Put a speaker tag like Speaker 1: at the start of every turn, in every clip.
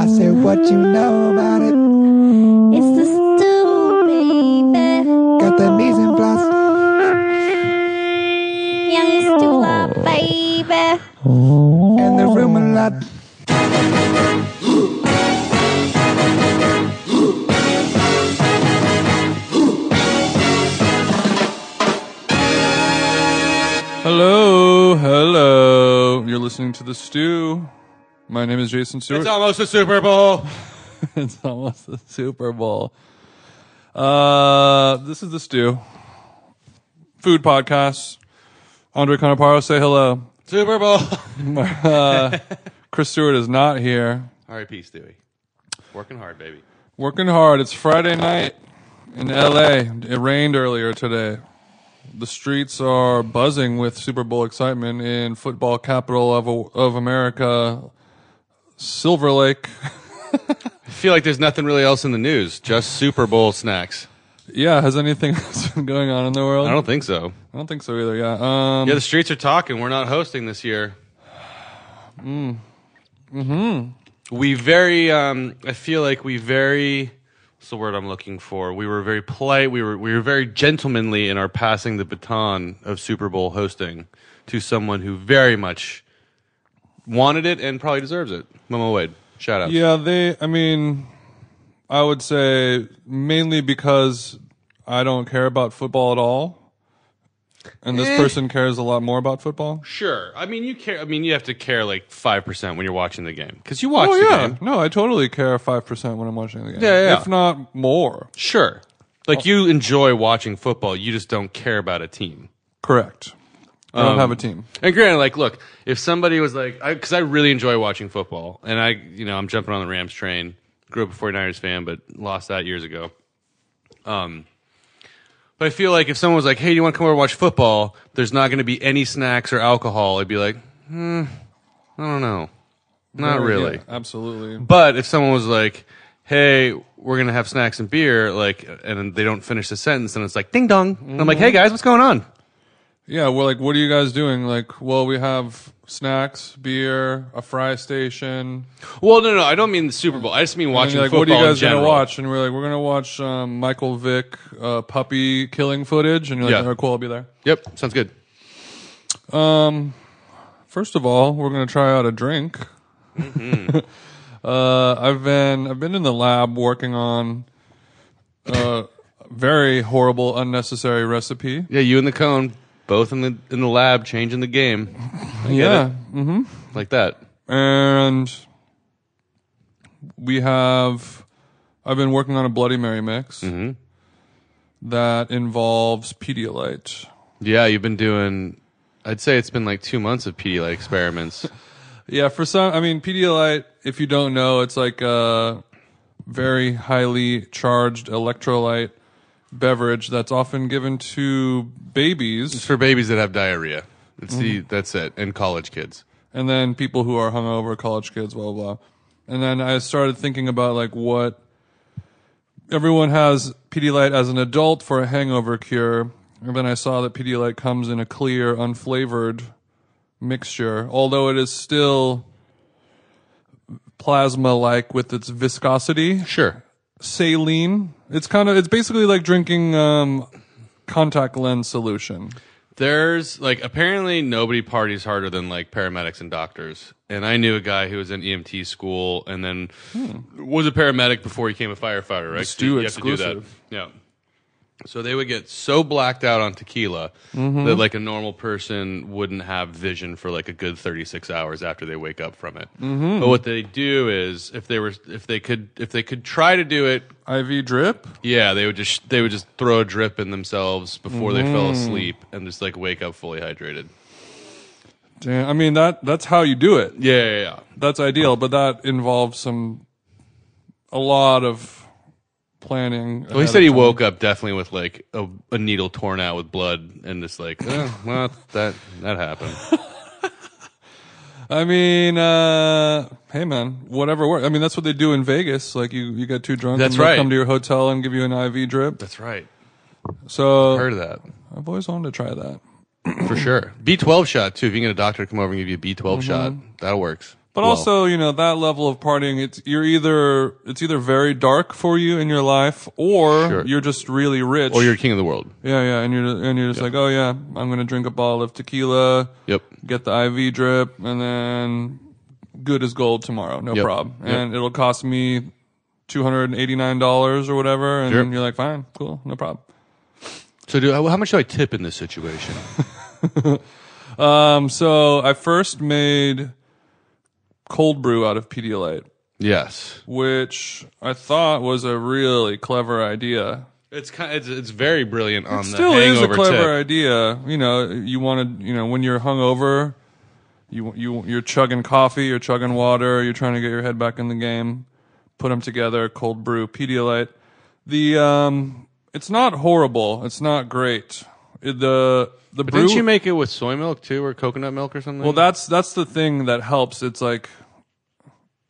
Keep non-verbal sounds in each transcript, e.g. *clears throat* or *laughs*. Speaker 1: I said, what you know about it?
Speaker 2: It's the stew, baby.
Speaker 1: Got the mise en place.
Speaker 2: Young stew, uh, baby.
Speaker 1: And the room a lot.
Speaker 3: Hello, hello. You're listening to The Stew. My name is Jason Stewart.
Speaker 4: It's almost a Super Bowl.
Speaker 3: *laughs* It's almost the Super Bowl. Uh, this is The Stew. Food podcast. Andre Conaparo, say hello.
Speaker 4: Super Bowl.
Speaker 3: Chris Stewart is not here.
Speaker 4: R.I.P. Stewie. Working hard, baby.
Speaker 3: Working hard. It's Friday night in LA. It rained earlier today. The streets are buzzing with Super Bowl excitement in football capital of of America, Silver Lake.
Speaker 4: I feel like there's nothing really else in the news. Just Super Bowl snacks.
Speaker 3: Yeah, has anything *laughs* else been going on in the world?
Speaker 4: I don't think so.
Speaker 3: I don't think so either. Yeah. Um,
Speaker 4: Yeah, the streets are talking. We're not hosting this year.
Speaker 3: Mm-hmm.
Speaker 4: Mm. Hmm. We very. Um, I feel like we very. What's the word I'm looking for? We were very polite. We were we were very gentlemanly in our passing the baton of Super Bowl hosting to someone who very much wanted it and probably deserves it. Momo Wade. Shout out.
Speaker 3: Yeah, they. I mean, I would say mainly because I don't care about football at all, and this
Speaker 4: Eh.
Speaker 3: person cares a lot more about football.
Speaker 4: Sure. I mean, you care. I mean, you have to care like five percent when you're watching the game because you watch
Speaker 3: Oh
Speaker 4: the
Speaker 3: yeah,
Speaker 4: game.
Speaker 3: no, I totally care five percent when I'm watching the game.
Speaker 4: Yeah, yeah,
Speaker 3: if
Speaker 4: yeah.
Speaker 3: not more.
Speaker 4: Sure.
Speaker 3: Oh.
Speaker 4: Like you enjoy watching football, you just don't care about a team.
Speaker 3: Correct. I don't
Speaker 4: Um,
Speaker 3: have a team.
Speaker 4: And granted, like, look, if somebody was like, because I, really enjoy watching football, and I, you know, I'm jumping on the Rams train. Grew up a 49ers fan, but lost that years ago. Um, but I feel like if someone was like, "Hey, do you want to come over and watch football?" There's not going to be any snacks or alcohol. I'd be like, hmm, I don't know, not
Speaker 3: Yeah,
Speaker 4: really.
Speaker 3: yeah, absolutely.
Speaker 4: But if someone was like, "Hey, we're gonna have snacks and beer," like, and then they don't finish the sentence, and it's like, "Ding dong," and I'm like, "Hey guys, what's going on?"
Speaker 3: Yeah, we're like, what are you guys doing? Like, well, we have snacks, beer, a fry station.
Speaker 4: Well, no, no, I don't mean the Super Bowl. I just mean
Speaker 3: And
Speaker 4: watching
Speaker 3: you're like,
Speaker 4: football.
Speaker 3: what are you guys
Speaker 4: in
Speaker 3: gonna
Speaker 4: general.
Speaker 3: watch? And we're like, we're gonna watch um, Michael Vick uh, puppy killing footage. And you're like,
Speaker 4: Yeah.
Speaker 3: "Oh, cool, I'll be there.
Speaker 4: Yep, sounds good.
Speaker 3: First of all, we're gonna try out a drink.
Speaker 4: Mm-hmm.
Speaker 3: *laughs* uh, I've been I've been in the lab working on a very horrible, unnecessary recipe.
Speaker 4: Yeah, you and the cone, both in the in the lab, changing the game
Speaker 3: Yeah,
Speaker 4: like that.
Speaker 3: and we have I've been working on a Bloody Mary mix
Speaker 4: Mm-hmm.
Speaker 3: that involves Pedialyte.
Speaker 4: Yeah, you've been doing. I'd say it's been like two months of Pedialyte experiments.
Speaker 3: Yeah, for some, I mean, Pedialyte, if you don't know, it's like a very highly charged electrolyte beverage that's often given to babies
Speaker 4: for babies that have diarrhea. It's the that's it, and college kids.
Speaker 3: and then people who are hungover, college kids, blah, blah, blah. And then I started thinking about like what everyone has Pedialyte as an adult for a hangover cure. And then I saw that Pedialyte comes in a clear, unflavored mixture, although it is still plasma like with its viscosity.
Speaker 4: Sure.
Speaker 3: saline. It's kind of it's basically like drinking um, contact lens solution.
Speaker 4: There's like apparently nobody parties harder than like paramedics and doctors. And I knew a guy who was in EMT school and then was a paramedic before he became a firefighter, right?
Speaker 3: Hmm. do
Speaker 4: You have to do that.
Speaker 3: exclusive.
Speaker 4: Yeah. So they would get so blacked out on tequila
Speaker 3: Mm-hmm.
Speaker 4: that like a normal person wouldn't have vision for like a good 36 hours after they wake up from it.
Speaker 3: Mm-hmm.
Speaker 4: But what they do is if they were if they could if they could try to do it
Speaker 3: IV drip.
Speaker 4: yeah, they would just they would just throw a drip in themselves before they fell asleep and just like wake up fully hydrated.
Speaker 3: Damn, I mean that that's how you do it.
Speaker 4: Yeah, yeah, yeah.
Speaker 3: That's ideal, but that involves some a lot of planning.
Speaker 4: Well, he said he woke up definitely with like a, a needle torn out with blood and just like, eh, well, that that happened.
Speaker 3: I mean, uh, hey man, whatever works. I mean, that's what they do in Vegas. Like you, you get too drunk.
Speaker 4: That's
Speaker 3: and they
Speaker 4: right.
Speaker 3: Come to your hotel and give you an IV drip.
Speaker 4: *laughs* That's right.
Speaker 3: So
Speaker 4: Heard of that
Speaker 3: I've always wanted to try that.
Speaker 4: Mm-hmm. for sure. B twelve shot too. If you can get a doctor to come over and give you a B 12 shot, that works.
Speaker 3: But also, you know, that level of partying, it's you're either it's either very dark for you in your life, or
Speaker 4: Sure.
Speaker 3: you're just really rich,
Speaker 4: Or you're king of the world.
Speaker 3: yeah, yeah, and you're and you're just like, oh yeah, I'm gonna drink a bottle of tequila,
Speaker 4: Yep.
Speaker 3: get the IV drip, and then good as gold tomorrow, no
Speaker 4: Yep.
Speaker 3: problem,
Speaker 4: Yep.
Speaker 3: and it'll cost me two hundred and eighty nine dollars or whatever, and
Speaker 4: Sure.
Speaker 3: you're like, fine, cool, no problem.
Speaker 4: So do how much do I tip in this situation?
Speaker 3: Um, so I first made cold brew out of Pedialyte,
Speaker 4: yes.
Speaker 3: which I thought was a really clever idea.
Speaker 4: It's kind it's, it's very brilliant on the
Speaker 3: Still is a
Speaker 4: hangover
Speaker 3: clever
Speaker 4: tip.
Speaker 3: idea. You know, you want to, you know, when you're hungover, you you you're chugging coffee, you're chugging water, you're trying to get your head back in the game. Put them together, cold brew, Pedialyte. The um, it's not horrible. It's not great. It- the the
Speaker 4: But
Speaker 3: brew.
Speaker 4: didn't you make it with soy milk too, or coconut milk or something?
Speaker 3: Well, that's that's the thing that helps. It's like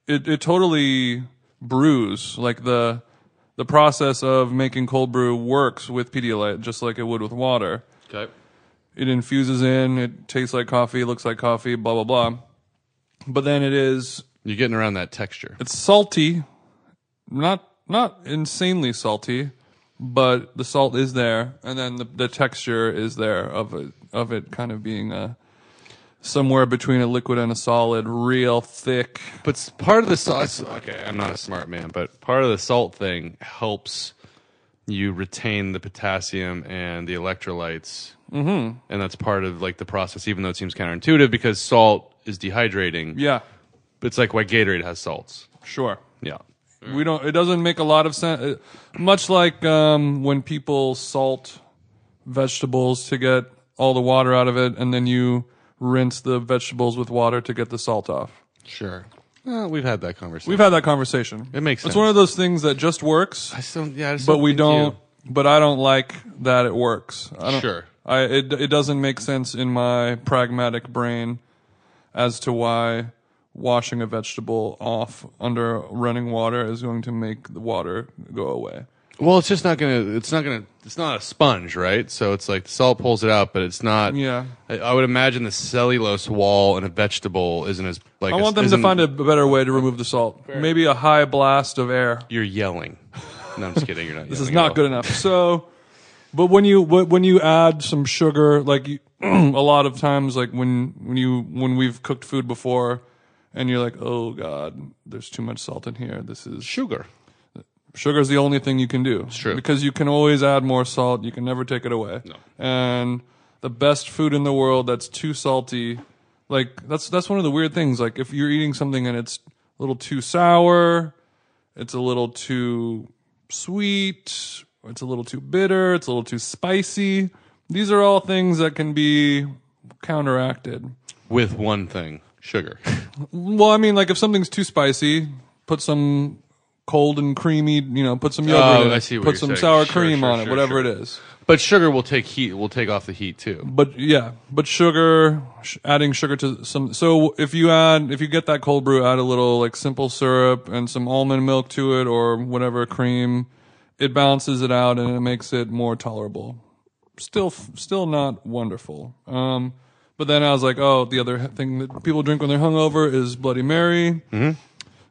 Speaker 3: it it totally brews like the the process of making cold brew works with Pedialyte just like it would with water.
Speaker 4: okay.
Speaker 3: It infuses in, it tastes like coffee, looks like coffee, blah blah blah. But then it is
Speaker 4: You're getting around that texture.
Speaker 3: it's salty, not not insanely salty, but the salt is there, and then the, the texture is there of it of it kind of being a somewhere between a liquid and a solid, real thick.
Speaker 4: But s- part of the sauce. Okay, I'm not a smart man, but part of the salt thing helps you retain the potassium and the electrolytes, mm-hmm. and that's part of like the process. Even though it seems counterintuitive, because salt is dehydrating.
Speaker 3: Yeah,
Speaker 4: but it's like why Gatorade has salts.
Speaker 3: sure.
Speaker 4: Yeah,
Speaker 3: We don't. It doesn't make a lot of sense. Uh, Much like um, when people salt vegetables to get all the water out of it, and then you rinse the vegetables with water to get the salt off.
Speaker 4: sure. Well, we've had that conversation.
Speaker 3: We've had that conversation.
Speaker 4: It makes
Speaker 3: It's
Speaker 4: sense.
Speaker 3: one of those things that just works,
Speaker 4: I just don't, yeah, I just
Speaker 3: but we
Speaker 4: think
Speaker 3: don't.
Speaker 4: you-
Speaker 3: But I don't like that it works. I don't,
Speaker 4: Sure.
Speaker 3: I it it doesn't make sense in my pragmatic brain as to why washing a vegetable off under running water is going to make the water go away.
Speaker 4: Well, it's just not gonna. It's not gonna. It's not a sponge, right? So it's like the salt pulls it out, but it's not.
Speaker 3: Yeah.
Speaker 4: I, I would imagine the cellulose wall in a vegetable isn't as like.
Speaker 3: I want them to find a better way to remove the salt. Maybe a high blast of air.
Speaker 4: You're yelling. No, I'm just kidding. You're
Speaker 3: *laughs*
Speaker 4: not.
Speaker 3: This is not good enough. So, but when you wh- when you add some sugar, like you, *clears throat* a lot of times, like when when you when we've cooked food before, and you're like, oh god, there's too much salt in here. This is
Speaker 4: Sugar.
Speaker 3: sugar's the only thing you can do. It's
Speaker 4: true.
Speaker 3: because you can always add more salt. You can never take it away.
Speaker 4: No.
Speaker 3: And the best food in the world that's too salty, like that's that's one of the weird things. Like if you're eating something and it's a little too sour, it's a little too sweet, it's a little too bitter, it's a little too spicy. These are all things that can be counteracted.
Speaker 4: With one thing, sugar. *laughs*
Speaker 3: Well, I mean, like if something's too spicy, put some cold and creamy, you know, put some yogurt
Speaker 4: Oh,
Speaker 3: in it,
Speaker 4: I see what
Speaker 3: put
Speaker 4: you're
Speaker 3: some
Speaker 4: saying.
Speaker 3: sour
Speaker 4: Sure,
Speaker 3: cream
Speaker 4: sure,
Speaker 3: on it,
Speaker 4: sure,
Speaker 3: whatever
Speaker 4: sure.
Speaker 3: it is.
Speaker 4: but sugar will take heat. Will take off the heat too.
Speaker 3: But yeah, but sugar, sh- adding sugar to some. So if you add, if you get that cold brew, add a little like simple syrup and some almond milk to it or whatever cream. It balances it out and it makes it more tolerable. Still, f- still not wonderful. Um, but then I was like, oh, the other h- thing that people drink when they're hungover is Bloody Mary.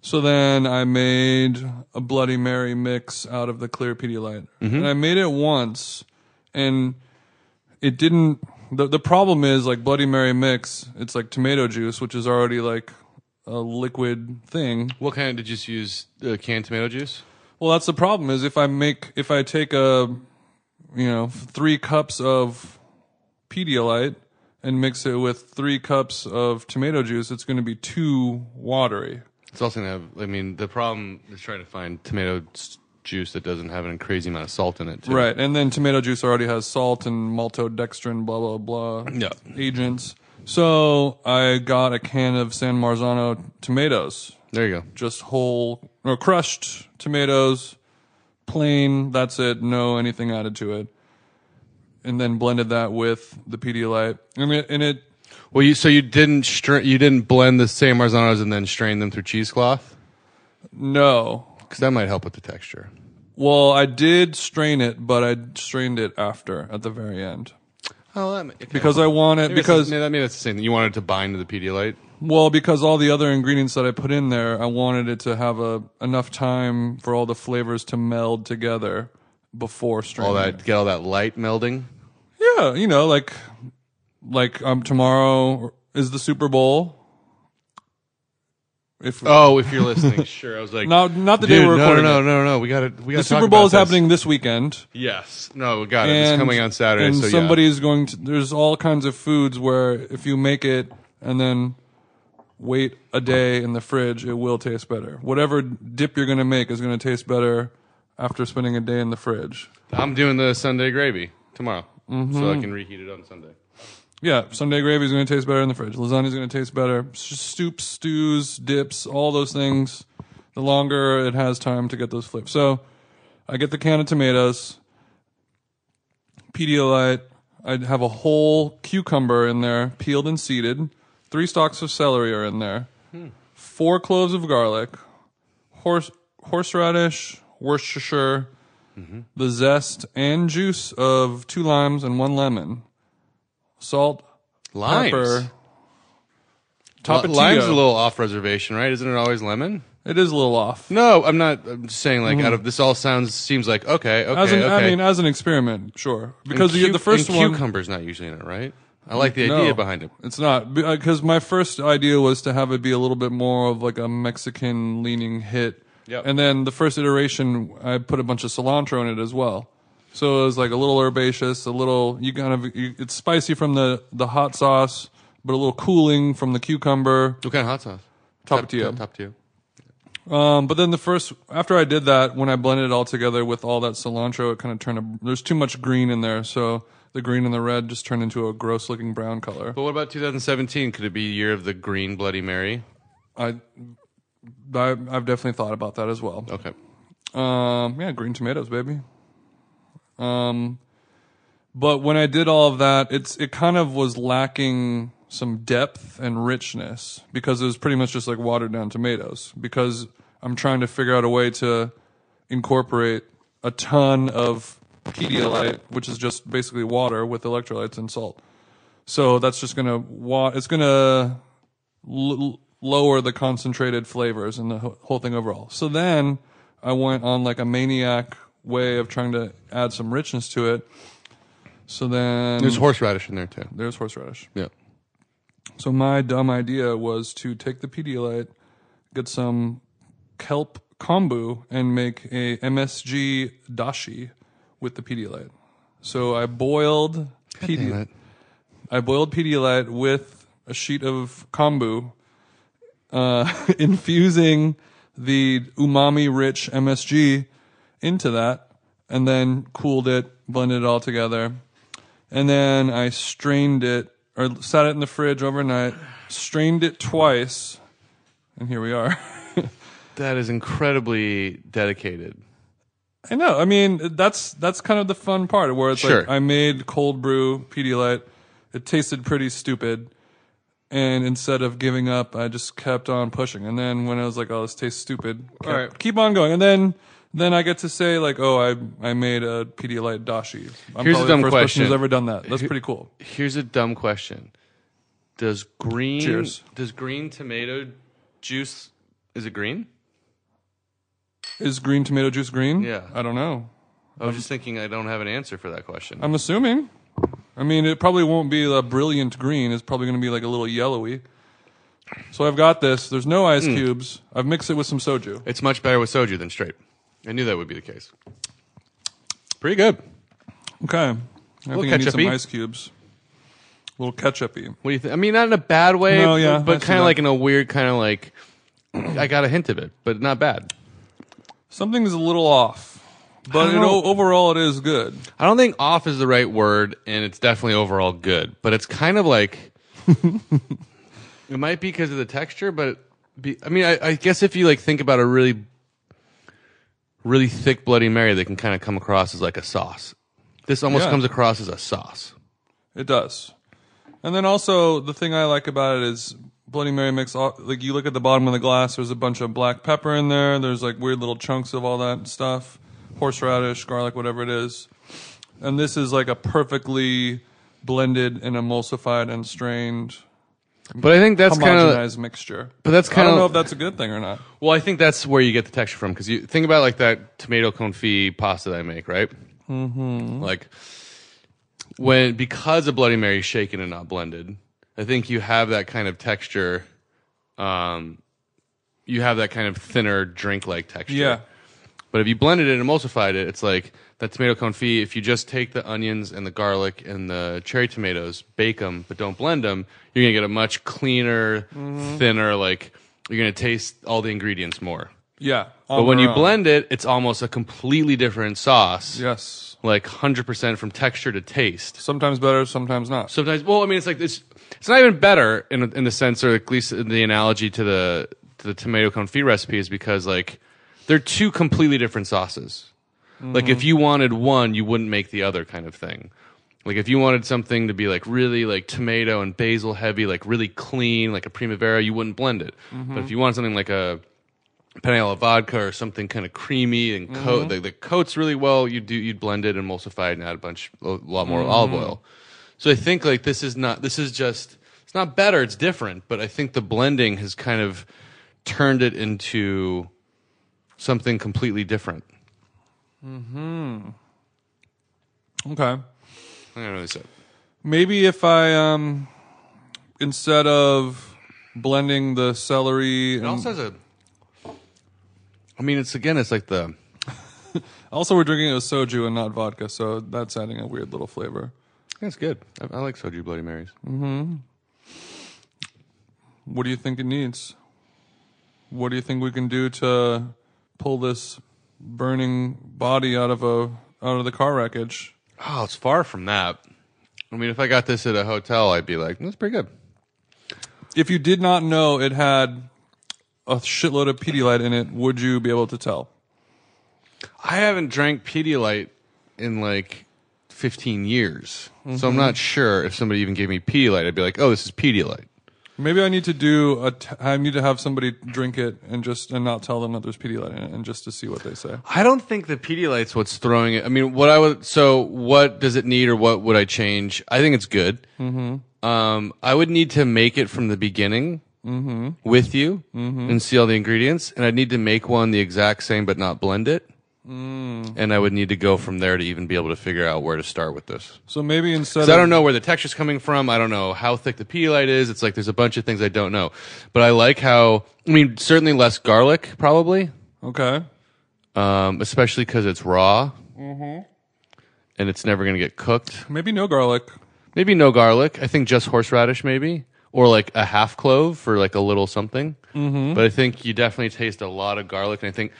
Speaker 3: So then I made a Bloody Mary mix out of the clear Pedialyte, and I made it once, and it didn't the the problem is like bloody mary mix it's like tomato juice which is already like a liquid thing
Speaker 4: What kind? Did you just use uh, canned tomato juice?
Speaker 3: well that's the problem is if i make if i take a you know 3 cups of pedialyte and mix it with 3 cups of tomato juice it's going to be too watery
Speaker 4: It's also gonna have. I mean, the problem is trying to find tomato s- juice that doesn't have a crazy amount of salt in it. Too.
Speaker 3: Right, and then tomato juice already has salt and maltodextrin, blah blah blah,
Speaker 4: Yeah.
Speaker 3: agents. So I got a can of San Marzano tomatoes,
Speaker 4: There you go.
Speaker 3: just whole or crushed tomatoes, plain. That's it. No anything added to it, and then blended that with the Pedialyte. And it, and it
Speaker 4: Well, you so you didn't str- you didn't blend the San Marzanos and then strain them through cheesecloth
Speaker 3: no.
Speaker 4: because that might help with the texture.
Speaker 3: Well, I did strain it, but I strained it after at the very end.
Speaker 4: Oh, that, ma- okay.
Speaker 3: because I want it
Speaker 4: Maybe it's-
Speaker 3: because
Speaker 4: no, I mean that's the same thing. You wanted to bind to the Pedialyte.
Speaker 3: well because all the other ingredients that I put in there, I wanted it to have a enough time for all the flavors to meld together before straining.
Speaker 4: All that get all that light melding.
Speaker 3: Yeah, you know, like like um tomorrow is the Super Bowl. If
Speaker 4: Oh, if
Speaker 3: *laughs*
Speaker 4: you're listening, sure. I was like,
Speaker 3: No, not the day
Speaker 4: dude,
Speaker 3: we're
Speaker 4: no, no,
Speaker 3: recording
Speaker 4: no,
Speaker 3: it.
Speaker 4: no, no. We got to. We got
Speaker 3: the Super Bowl is happening this weekend,
Speaker 4: Yes. No, we got it.
Speaker 3: and
Speaker 4: It's coming on Saturday.
Speaker 3: and
Speaker 4: so
Speaker 3: somebody is going to. There's all kinds of foods where if you make it and then wait a day in the fridge, it will taste better. Whatever dip you're going to make is going to taste better after spending a day in the fridge.
Speaker 4: yeah. I'm doing the Sunday gravy tomorrow, so
Speaker 3: Mm-hmm.
Speaker 4: I can reheat it on Sunday.
Speaker 3: Yeah, Sunday gravy is going to taste better in the fridge. Lasagna is going to taste better. S- Soups, stews, dips, all those things. The longer it has time to get those flips. So I get the can of tomatoes, Pedialyte. I have a whole cucumber in there, peeled and seeded. Three stalks of celery are in there. Four cloves of garlic, horse horseradish, Worcestershire, the zest and juice of two limes and one lemon, salt,
Speaker 4: Limes.
Speaker 3: pepper.
Speaker 4: Li-
Speaker 3: Tapatio.
Speaker 4: Lime's a little off reservation, right? Isn't it always lemon?
Speaker 3: It is a little off.
Speaker 4: No, I'm not. I'm just saying, like, out of this all sounds seems like okay, okay,
Speaker 3: Mm-hmm. As an,
Speaker 4: okay.
Speaker 3: I mean, as an experiment, sure. Because
Speaker 4: And
Speaker 3: you-
Speaker 4: cu-
Speaker 3: the first
Speaker 4: and
Speaker 3: one,
Speaker 4: cucumber's not usually in it, right? I like the
Speaker 3: No,
Speaker 4: idea behind it.
Speaker 3: It's not because my first idea was to have it be a little bit more of like a Mexican leaning hit.
Speaker 4: Yep.
Speaker 3: And then the first iteration, I put a bunch of cilantro in it as well. So it was like a little herbaceous, a little you kind of you, it's spicy from the the hot sauce, but a little cooling from the cucumber.
Speaker 4: What kind of hot sauce?
Speaker 3: Tapatio.
Speaker 4: Top, top tier.
Speaker 3: Um, but then the first, after I did that, when I blended it all together with all that cilantro, it kind of turned a, there's too much green in there. So the green and the red just turned into a gross looking brown color.
Speaker 4: But what about 2017? Could it be year of the green Bloody Mary?
Speaker 3: I, I, I've definitely thought about that as well.
Speaker 4: Okay.
Speaker 3: Um, yeah, green tomatoes, baby. Um, but when I did all of that, it's it kind of was lacking some depth and richness because it was pretty much just like watered down tomatoes. Because I'm trying to figure out a way to incorporate a ton of Pedialyte, which is just basically water with electrolytes and salt. So that's just gonna wa- it's gonna l- lower the concentrated flavors and the wh- whole thing overall. So then I went on like a maniac way of trying to add some richness to it. So then
Speaker 4: There's horseradish in there too.
Speaker 3: there's horseradish.
Speaker 4: Yeah.
Speaker 3: So my dumb idea was to take the Pedialyte, get some kelp kombu, and make a MSG dashi with the Pedialyte. So I boiled Pedi-
Speaker 4: Damn it.
Speaker 3: I boiled Pedialyte with a sheet of kombu, uh, *laughs* infusing the umami rich MSG into that, and then cooled it, blended it all together. And then I strained it, or sat it in the fridge overnight, strained it twice, and here we are. *laughs*
Speaker 4: That is incredibly dedicated.
Speaker 3: I know. I mean, that's that's kind of the fun part where it's like
Speaker 4: Sure.
Speaker 3: I made cold brew Pedialyte. It tasted pretty stupid, and instead of giving up, I just kept on pushing. And then when I was like, "Oh, this tastes stupid," kept-
Speaker 4: right.
Speaker 3: keep on going. And then then I get to say like, "Oh, I I made a Pedialyte dashi." I'm
Speaker 4: Here's
Speaker 3: probably the
Speaker 4: a dumb
Speaker 3: first person
Speaker 4: question.
Speaker 3: who's ever done that. That's pretty cool.
Speaker 4: Here's a dumb question. Does green
Speaker 3: Cheers.
Speaker 4: does green tomato juice is it green?
Speaker 3: Is green tomato juice green?
Speaker 4: Yeah.
Speaker 3: I don't know.
Speaker 4: I
Speaker 3: Um,
Speaker 4: was just thinking I don't have an answer for that question.
Speaker 3: I'm assuming. I mean, it probably won't be a brilliant green. It's probably going to be like a little yellowy. So I've got this. There's no ice cubes. I've mixed it with some soju.
Speaker 4: It's much better with soju than straight. I knew that would be the case. Pretty good.
Speaker 3: Okay. I think I need some
Speaker 4: ketchup-y.
Speaker 3: ice cubes. A little ketchupy.
Speaker 4: What do you think? I mean, not in a bad way,
Speaker 3: No, yeah, I
Speaker 4: but
Speaker 3: see
Speaker 4: kind
Speaker 3: that.
Speaker 4: of like in a weird kind of like I got a hint of it, but not bad.
Speaker 3: Something's a little off, but you know, overall it is good.
Speaker 4: I don't think off is the right word, and it's definitely overall good, but it's kind
Speaker 3: *laughs*
Speaker 4: of like it might be because of the texture, but it be, I mean, I, I guess if you like think about a really, really thick Bloody Mary, they can kind of come across as like a sauce. This almost
Speaker 3: Yeah.
Speaker 4: comes across as a sauce.
Speaker 3: It does. And then also the thing I like about it is Bloody Mary makes all, like you look at the bottom of the glass. There's a bunch of black pepper in there. There's like weird little chunks of all that stuff, horseradish, garlic, whatever it is. And this is like a perfectly blended and emulsified and strained,
Speaker 4: But I think that's kind of.
Speaker 3: homogenized mixture.
Speaker 4: But that's
Speaker 3: I
Speaker 4: kind
Speaker 3: don't know
Speaker 4: of.
Speaker 3: if that's a good thing or not.
Speaker 4: Well, I think that's where you get the texture from because you think about like that tomato confit pasta that I make, right? Mm-hmm. Like when because a Bloody Mary is shaken and not blended, I think you have that kind of texture. Um, you have that kind of thinner drink-like texture.
Speaker 3: Yeah.
Speaker 4: But if you blended it and emulsified it, it's like that tomato confit. If you just take the onions and the garlic and the cherry tomatoes, bake them, but don't blend them, you're gonna get a much cleaner, thinner. Like you're gonna taste all the ingredients more.
Speaker 3: Yeah.
Speaker 4: But when you blend it, it's almost a completely different sauce.
Speaker 3: Yes.
Speaker 4: Like 100% from texture to taste.
Speaker 3: Sometimes better, sometimes not.
Speaker 4: Sometimes, well, I mean, it's like it's it's not even better in in the sense, or at least in the analogy to the to the tomato confit recipe is because like they're two completely different sauces. Like if you wanted one, you wouldn't make the other kind of thing. Like if you wanted something to be like really like tomato and basil heavy, like really clean, like a primavera, you wouldn't blend it. But if you want something like a penne alla vodka or something kind of creamy and coat the, the coats really well, you do you'd blend it and emulsify it and add a bunch a lot more olive oil. So I think like this is not this is just it's not better, it's different, but I think the blending has kind of turned it into something completely different.
Speaker 3: Okay.
Speaker 4: I don't know what I said.
Speaker 3: Maybe if I um instead of blending the celery and
Speaker 4: It also has a I mean it's again it's like the
Speaker 3: also we're drinking it with soju and not vodka, so that's adding a weird little flavor.
Speaker 4: that's good. I, I like soju bloody marys.
Speaker 3: What do you think it needs? What do you think we can do to pull this burning body out of a out of the car wreckage?
Speaker 4: Oh, it's far from that. I mean, if I got this at a hotel, I'd be like, that's pretty good.
Speaker 3: If you did not know it had a shitload of Pedialyte in it, would you be able to tell?
Speaker 4: I haven't drank Pedialyte in like 15 years. So I'm not sure if somebody even gave me Pedialyte, I'd be like, oh, this is Pedialyte.
Speaker 3: Maybe I need to do a. T- I need to have somebody drink it and just and not tell them that there's Pedialyte in it, and just to see what they say.
Speaker 4: I don't think the Pedialyte's what's throwing it. I mean, what I would, so what does it need or what would I change? I think it's good. Um, I would need to make it from the beginning with you and see all the ingredients. And I'd need to make one the exact same, but not blend it. And I would need to go from there to even be able to figure out where to start with this.
Speaker 3: So maybe instead,
Speaker 4: So I
Speaker 3: of-
Speaker 4: don't know where the texture's coming from. I don't know how thick the pedialyte is. It's like there's a bunch of things I don't know. But I like how I mean certainly less garlic probably,
Speaker 3: Okay,
Speaker 4: um, especially because it's raw and it's never gonna get cooked.
Speaker 3: maybe no garlic.
Speaker 4: Maybe no garlic. I think just horseradish maybe or like a half clove for like a little something. But I think you definitely taste a lot of garlic, and I think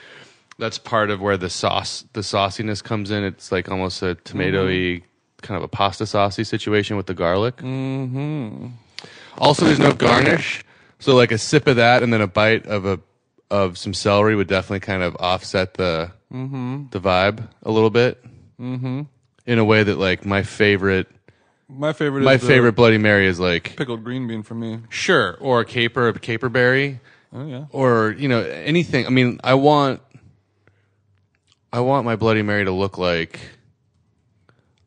Speaker 4: that's part of where the sauce the sauciness comes in. It's like almost a tomatoey. Kind of a pasta saucy situation with the garlic. Also, there's no garnish, so like a sip of that and then a bite of a of some celery would definitely kind of offset the the vibe a little bit. Mm-hmm. In a way that like my favorite
Speaker 3: My favorite.
Speaker 4: my
Speaker 3: is the
Speaker 4: favorite Bloody Mary is like
Speaker 3: pickled green bean for me.
Speaker 4: sure or a caper a caperberry
Speaker 3: Oh yeah,
Speaker 4: or you know anything. I mean, I want I want my Bloody Mary to look like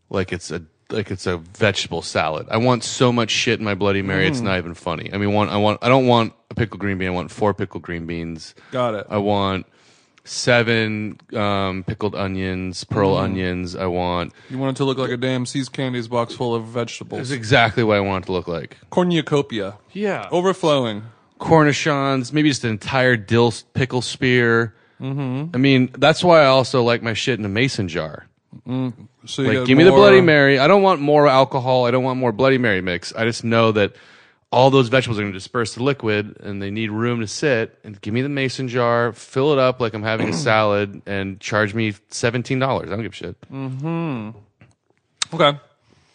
Speaker 4: like it's a like it's a vegetable salad. I want so much shit in my Bloody Mary. It's not even funny. I mean, one I want I don't want a pickled green bean. I want four pickled green beans.
Speaker 3: got it.
Speaker 4: I want seven um, pickled onions, pearl onions. I want.
Speaker 3: you want it to look like a damn See's Candies box full of
Speaker 4: That's
Speaker 3: vegetables,
Speaker 4: exactly what I want it to look like.
Speaker 3: cornucopia.
Speaker 4: Yeah.
Speaker 3: overflowing.
Speaker 4: cornichons, maybe just an entire dill s- pickle spear. Mm-hmm. I mean, that's why I also like my shit in a mason jar.
Speaker 3: So you
Speaker 4: Like,
Speaker 3: got
Speaker 4: give me the
Speaker 3: more- uh,
Speaker 4: Bloody Mary. I don't want more alcohol. I don't want more Bloody Mary mix. I just know that all those vegetables are going to disperse the liquid, and they need room to sit. And give me the mason jar, fill it up like
Speaker 3: *clears throat*
Speaker 4: I'm having a salad, and charge me seventeen dollars. I don't give a shit
Speaker 3: Okay,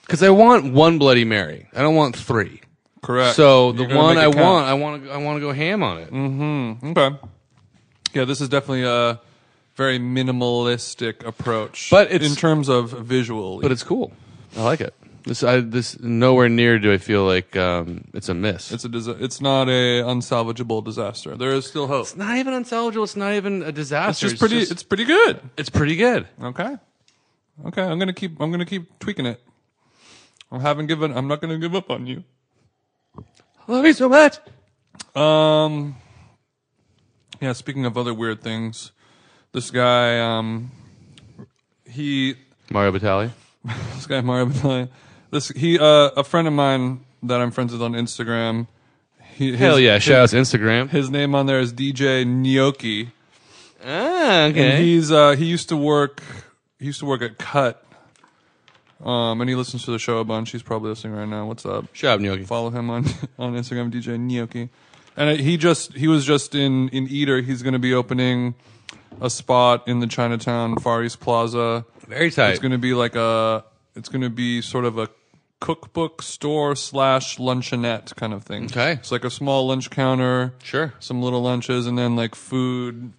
Speaker 4: because I want one Bloody Mary. I don't want three.
Speaker 3: correct.
Speaker 4: So the
Speaker 3: You're gonna
Speaker 4: one
Speaker 3: make
Speaker 4: I
Speaker 3: it count.
Speaker 4: want, I want to, I want to go ham on it.
Speaker 3: Okay. Yeah, this is definitely a very minimalistic approach,
Speaker 4: But it's-
Speaker 3: in terms of visual.
Speaker 4: but it's cool. I like it. This, I, this nowhere near do I feel like um, it's a miss.
Speaker 3: It's a disa- it's not a unsalvageable disaster. There is still hope. It's
Speaker 4: not even unsalvageable. It's not even a disaster. It's
Speaker 3: just pretty. it's pretty good.
Speaker 4: it's pretty good.
Speaker 3: Okay. Okay. I'm gonna keep. I'm gonna keep tweaking it. I haven't given. I'm not going to give up on you.
Speaker 4: Love you so much.
Speaker 3: Um, yeah. Speaking of other weird things, this guy, um, he
Speaker 4: Mario Batali.
Speaker 3: this guy Mario Batali. This he uh, a friend of mine that I'm friends with on Instagram. He, his,
Speaker 4: Hell yeah! Shout out to Instagram.
Speaker 3: His name on there is DJ Gnocchi.
Speaker 4: *laughs* Ah,
Speaker 3: And he's uh, he used to work he used to work at Cut. Um, and he listens to the show a bunch. He's probably listening right now. What's up?
Speaker 4: Shut up, Gnocchi.
Speaker 3: Follow him on *laughs* on Instagram, DJ Gnocchi. And uh, he just he was just in in Eater. He's going to be opening a spot in the Chinatown Far East Plaza.
Speaker 4: Very tight.
Speaker 3: It's going to be like a. It's going to be sort of a cookbook store slash luncheonette kind of thing.
Speaker 4: Okay.
Speaker 3: It's like a small lunch counter.
Speaker 4: Sure.
Speaker 3: Some little lunches and then like food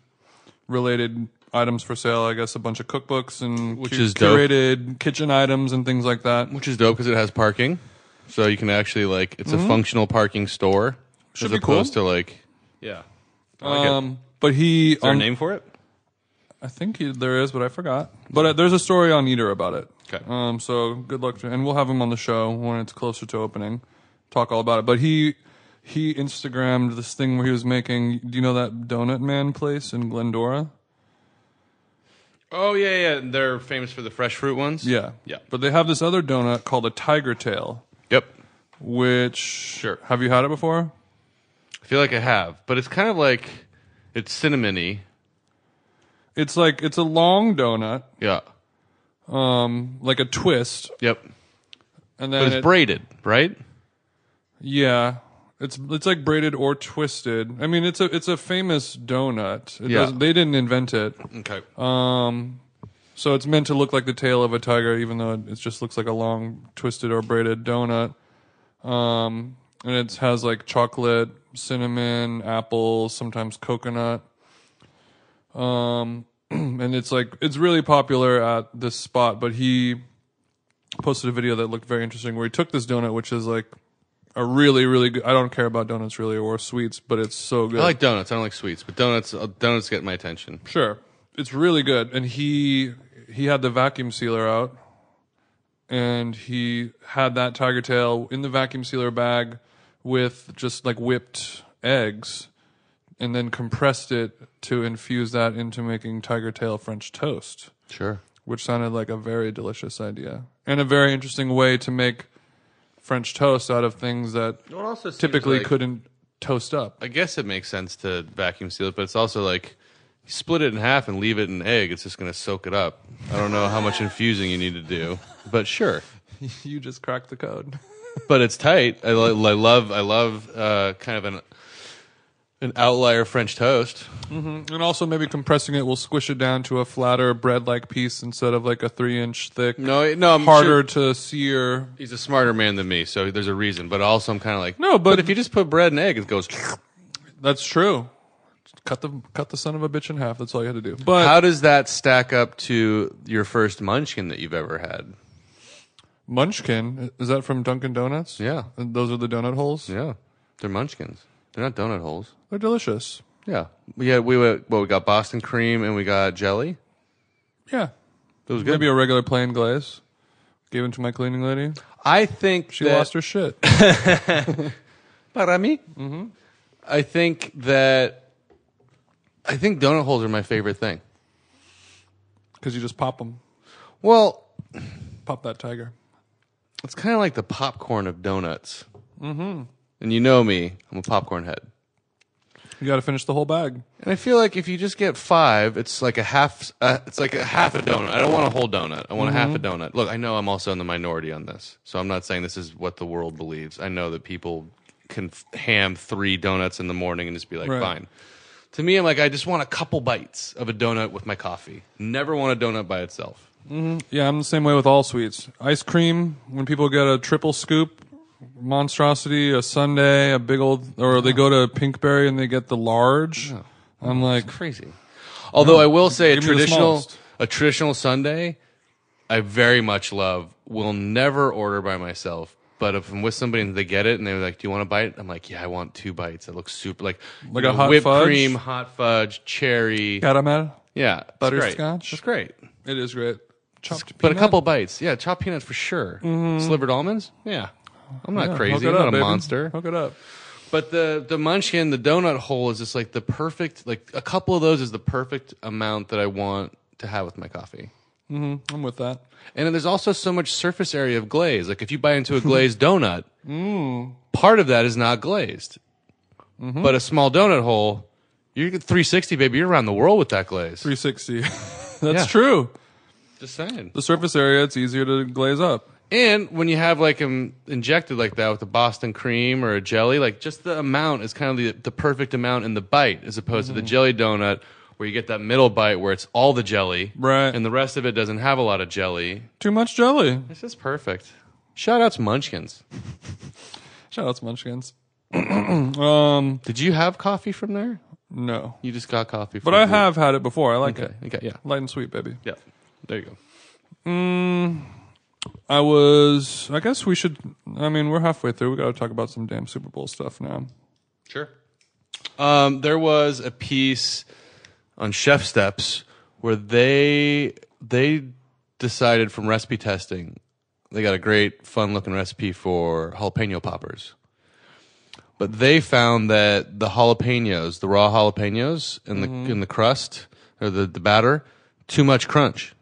Speaker 3: related items for sale. I guess a bunch of cookbooks and
Speaker 4: Which
Speaker 3: cu-
Speaker 4: is dope.
Speaker 3: curated kitchen items and things like that.
Speaker 4: which is dope because it has parking, so you can actually like it's a functional parking store
Speaker 3: Should
Speaker 4: as
Speaker 3: be cool.
Speaker 4: opposed to like yeah. I like it. is
Speaker 3: Um, but he
Speaker 4: there
Speaker 3: on-
Speaker 4: a name for it?
Speaker 3: I think he, there is, but I forgot. But uh, there's a story on Eater about it.
Speaker 4: Okay.
Speaker 3: Um. So good luck to, and we'll have him on the show when it's closer to opening, talk all about it. But he he Instagrammed this thing where he was making. Do you know that Donut Man place in Glendora?
Speaker 4: Oh yeah, yeah. They're famous for the fresh fruit ones.
Speaker 3: Yeah.
Speaker 4: Yeah.
Speaker 3: But they have this other donut called a Tiger Tail,
Speaker 4: Yep.
Speaker 3: which
Speaker 4: Sure.
Speaker 3: have you had it before?
Speaker 4: I feel like I have, but it's kind of like it's cinnamony.
Speaker 3: It's like it's a long donut,
Speaker 4: Yeah.
Speaker 3: like a twist,
Speaker 4: Yep.
Speaker 3: and then
Speaker 4: But
Speaker 3: it-
Speaker 4: it's braided, right?
Speaker 3: Yeah. It's it's like braided or twisted. I mean, it's a it's a famous donut. It
Speaker 4: Yeah.
Speaker 3: doesn't- they didn't invent it,
Speaker 4: Okay.
Speaker 3: Uh-huh. so it's meant to look like the tail of a tiger, even though it, it just looks like a long twisted or braided donut. Um, and it has like chocolate, cinnamon, apple, sometimes coconut. Um, *clears throat* and it's like it's really popular at this spot. But he posted a video that looked very interesting where he took this donut, which is like a really, really good. I don't care about donuts really or sweets, but it's so good.
Speaker 4: I like donuts. I don't like sweets, but donuts uh, donuts get my attention.
Speaker 3: Sure. It's really good. And he he had the vacuum sealer out and he had that tiger tail in the vacuum sealer bag with just like whipped eggs and then compressed it to infuse that into making tiger tail French toast,
Speaker 4: Sure.
Speaker 3: which sounded like a very delicious idea and a very interesting way to make French toast out of things that typically couldn't toast up. *laughs*
Speaker 4: I guess it makes sense to vacuum seal it, but it's also like you split it in half and leave it in egg. It's just going to soak it up. I don't know how much infusing you need to do, but sure.
Speaker 3: you just cracked the code.
Speaker 4: But it's tight. I, lo- I love. I love uh, kind of an an outlier French toast.
Speaker 3: And also maybe compressing it will squish it down to a flatter bread-like piece instead of like a three-inch thick,
Speaker 4: No, no, I'm
Speaker 3: harder
Speaker 4: sure-
Speaker 3: to sear.
Speaker 4: He's a smarter man than me, so there's a reason. But also, I'm kind of like
Speaker 3: No, but-
Speaker 4: if you just put bread and egg, it goes.
Speaker 3: That's true. Cut the cut the son of a bitch in half. That's all you had to do. But
Speaker 4: How does that stack up to your first munchkin that you've ever had?
Speaker 3: Munchkin is that from Dunkin' Donuts?
Speaker 4: Yeah.
Speaker 3: And those are the donut holes.
Speaker 4: Yeah, they're munchkins. They're not donut holes.
Speaker 3: They're delicious.
Speaker 4: Yeah, yeah. We went, well, we got Boston cream and we got jelly.
Speaker 3: Yeah,
Speaker 4: That was good.
Speaker 3: maybe a regular plain glaze. Gave them to my cleaning lady.
Speaker 4: I think
Speaker 3: She
Speaker 4: that,
Speaker 3: lost her shit.
Speaker 4: Para mi. I think that I think donut holes are my favorite thing.
Speaker 3: Because you just pop them,
Speaker 4: Well,
Speaker 3: pop that tiger.
Speaker 4: it's kind of like the popcorn of donuts. Mm-hmm. And you know me, I'm a popcorn head.
Speaker 3: You got to finish the whole bag.
Speaker 4: And I feel like if you just get five, it's like a half. Uh, it's like a half a donut. I don't want a whole donut. I want a half a donut. Look, I know I'm also in the minority on this, so I'm not saying this is what the world believes. I know that people can f- ham three donuts in the morning and just be like,
Speaker 3: Right.
Speaker 4: fine. To me, I'm like, I just want a couple bites of a donut with my coffee. Never want a donut by itself.
Speaker 3: Yeah, I'm the same way with all sweets. Ice cream, when people get a triple scoop, monstrosity, a sundae, a big old, or they go to Pinkberry and they get the large. I'm like,
Speaker 4: Crazy. Although I will say a
Speaker 3: Give me the
Speaker 4: traditional
Speaker 3: smallest.
Speaker 4: a traditional Sunday, I very much love. Will never order by myself. But if I'm with somebody and they get it and they're like, "Do you want a bite?" I'm like, "Yeah, I want two bites. It looks super like
Speaker 3: Like
Speaker 4: you
Speaker 3: a hot
Speaker 4: whipped
Speaker 3: fudge?
Speaker 4: cream, hot fudge, cherry, yeah,
Speaker 3: caramel.
Speaker 4: yeah it's great.
Speaker 3: Butterscotch?
Speaker 4: It's great.
Speaker 3: It is great. Chopped
Speaker 4: But a
Speaker 3: peanut? Mm-hmm.
Speaker 4: couple bites. Yeah, chopped peanuts for sure. Slivered almonds? Yeah. I'm not
Speaker 3: Yeah, hook
Speaker 4: crazy.
Speaker 3: it
Speaker 4: I'm
Speaker 3: up,
Speaker 4: not a
Speaker 3: baby.
Speaker 4: monster.
Speaker 3: Hook it up.
Speaker 4: But the the munchkin, the donut hole is just like the perfect like a couple of those is the perfect amount that I want to have with my coffee.
Speaker 3: I'm with that.
Speaker 4: And then there's also so much surface area of glaze. Like if you bite into a glazed donut, part of that is not glazed. But a small donut hole, you're 360, baby. You're around the world with that glaze.
Speaker 3: 360. *laughs* That's
Speaker 4: Yeah.
Speaker 3: true.
Speaker 4: Just saying.
Speaker 3: The surface area, it's easier to glaze up.
Speaker 4: And when you have like them injected like that with a Boston cream or a jelly, like just the amount is kind of the, the perfect amount in the bite as opposed
Speaker 3: Mm-hmm.
Speaker 4: to the jelly donut where you get that middle bite where it's all the jelly.
Speaker 3: Right.
Speaker 4: And the rest of it doesn't have a lot of jelly.
Speaker 3: Too much jelly.
Speaker 4: It's just perfect. Shout out to Munchkins.
Speaker 3: Shout out to Munchkins. *clears throat* um,
Speaker 4: Did you have coffee from there?
Speaker 3: no.
Speaker 4: You just got coffee.
Speaker 3: But I have had it before. I like
Speaker 4: Okay.
Speaker 3: it.
Speaker 4: Okay. Yeah.
Speaker 3: Light and sweet, baby.
Speaker 4: Yeah. There you go.
Speaker 3: I was, I guess we should, I mean, we're halfway through. We got to talk about some damn Super Bowl stuff now.
Speaker 4: Sure. Um, there was a piece on Chef Steps where they they decided from recipe testing they got a great fun looking recipe for jalapeno poppers. But they found that the jalapenos, the raw jalapenos in the in the crust or the, the batter, too much crunch.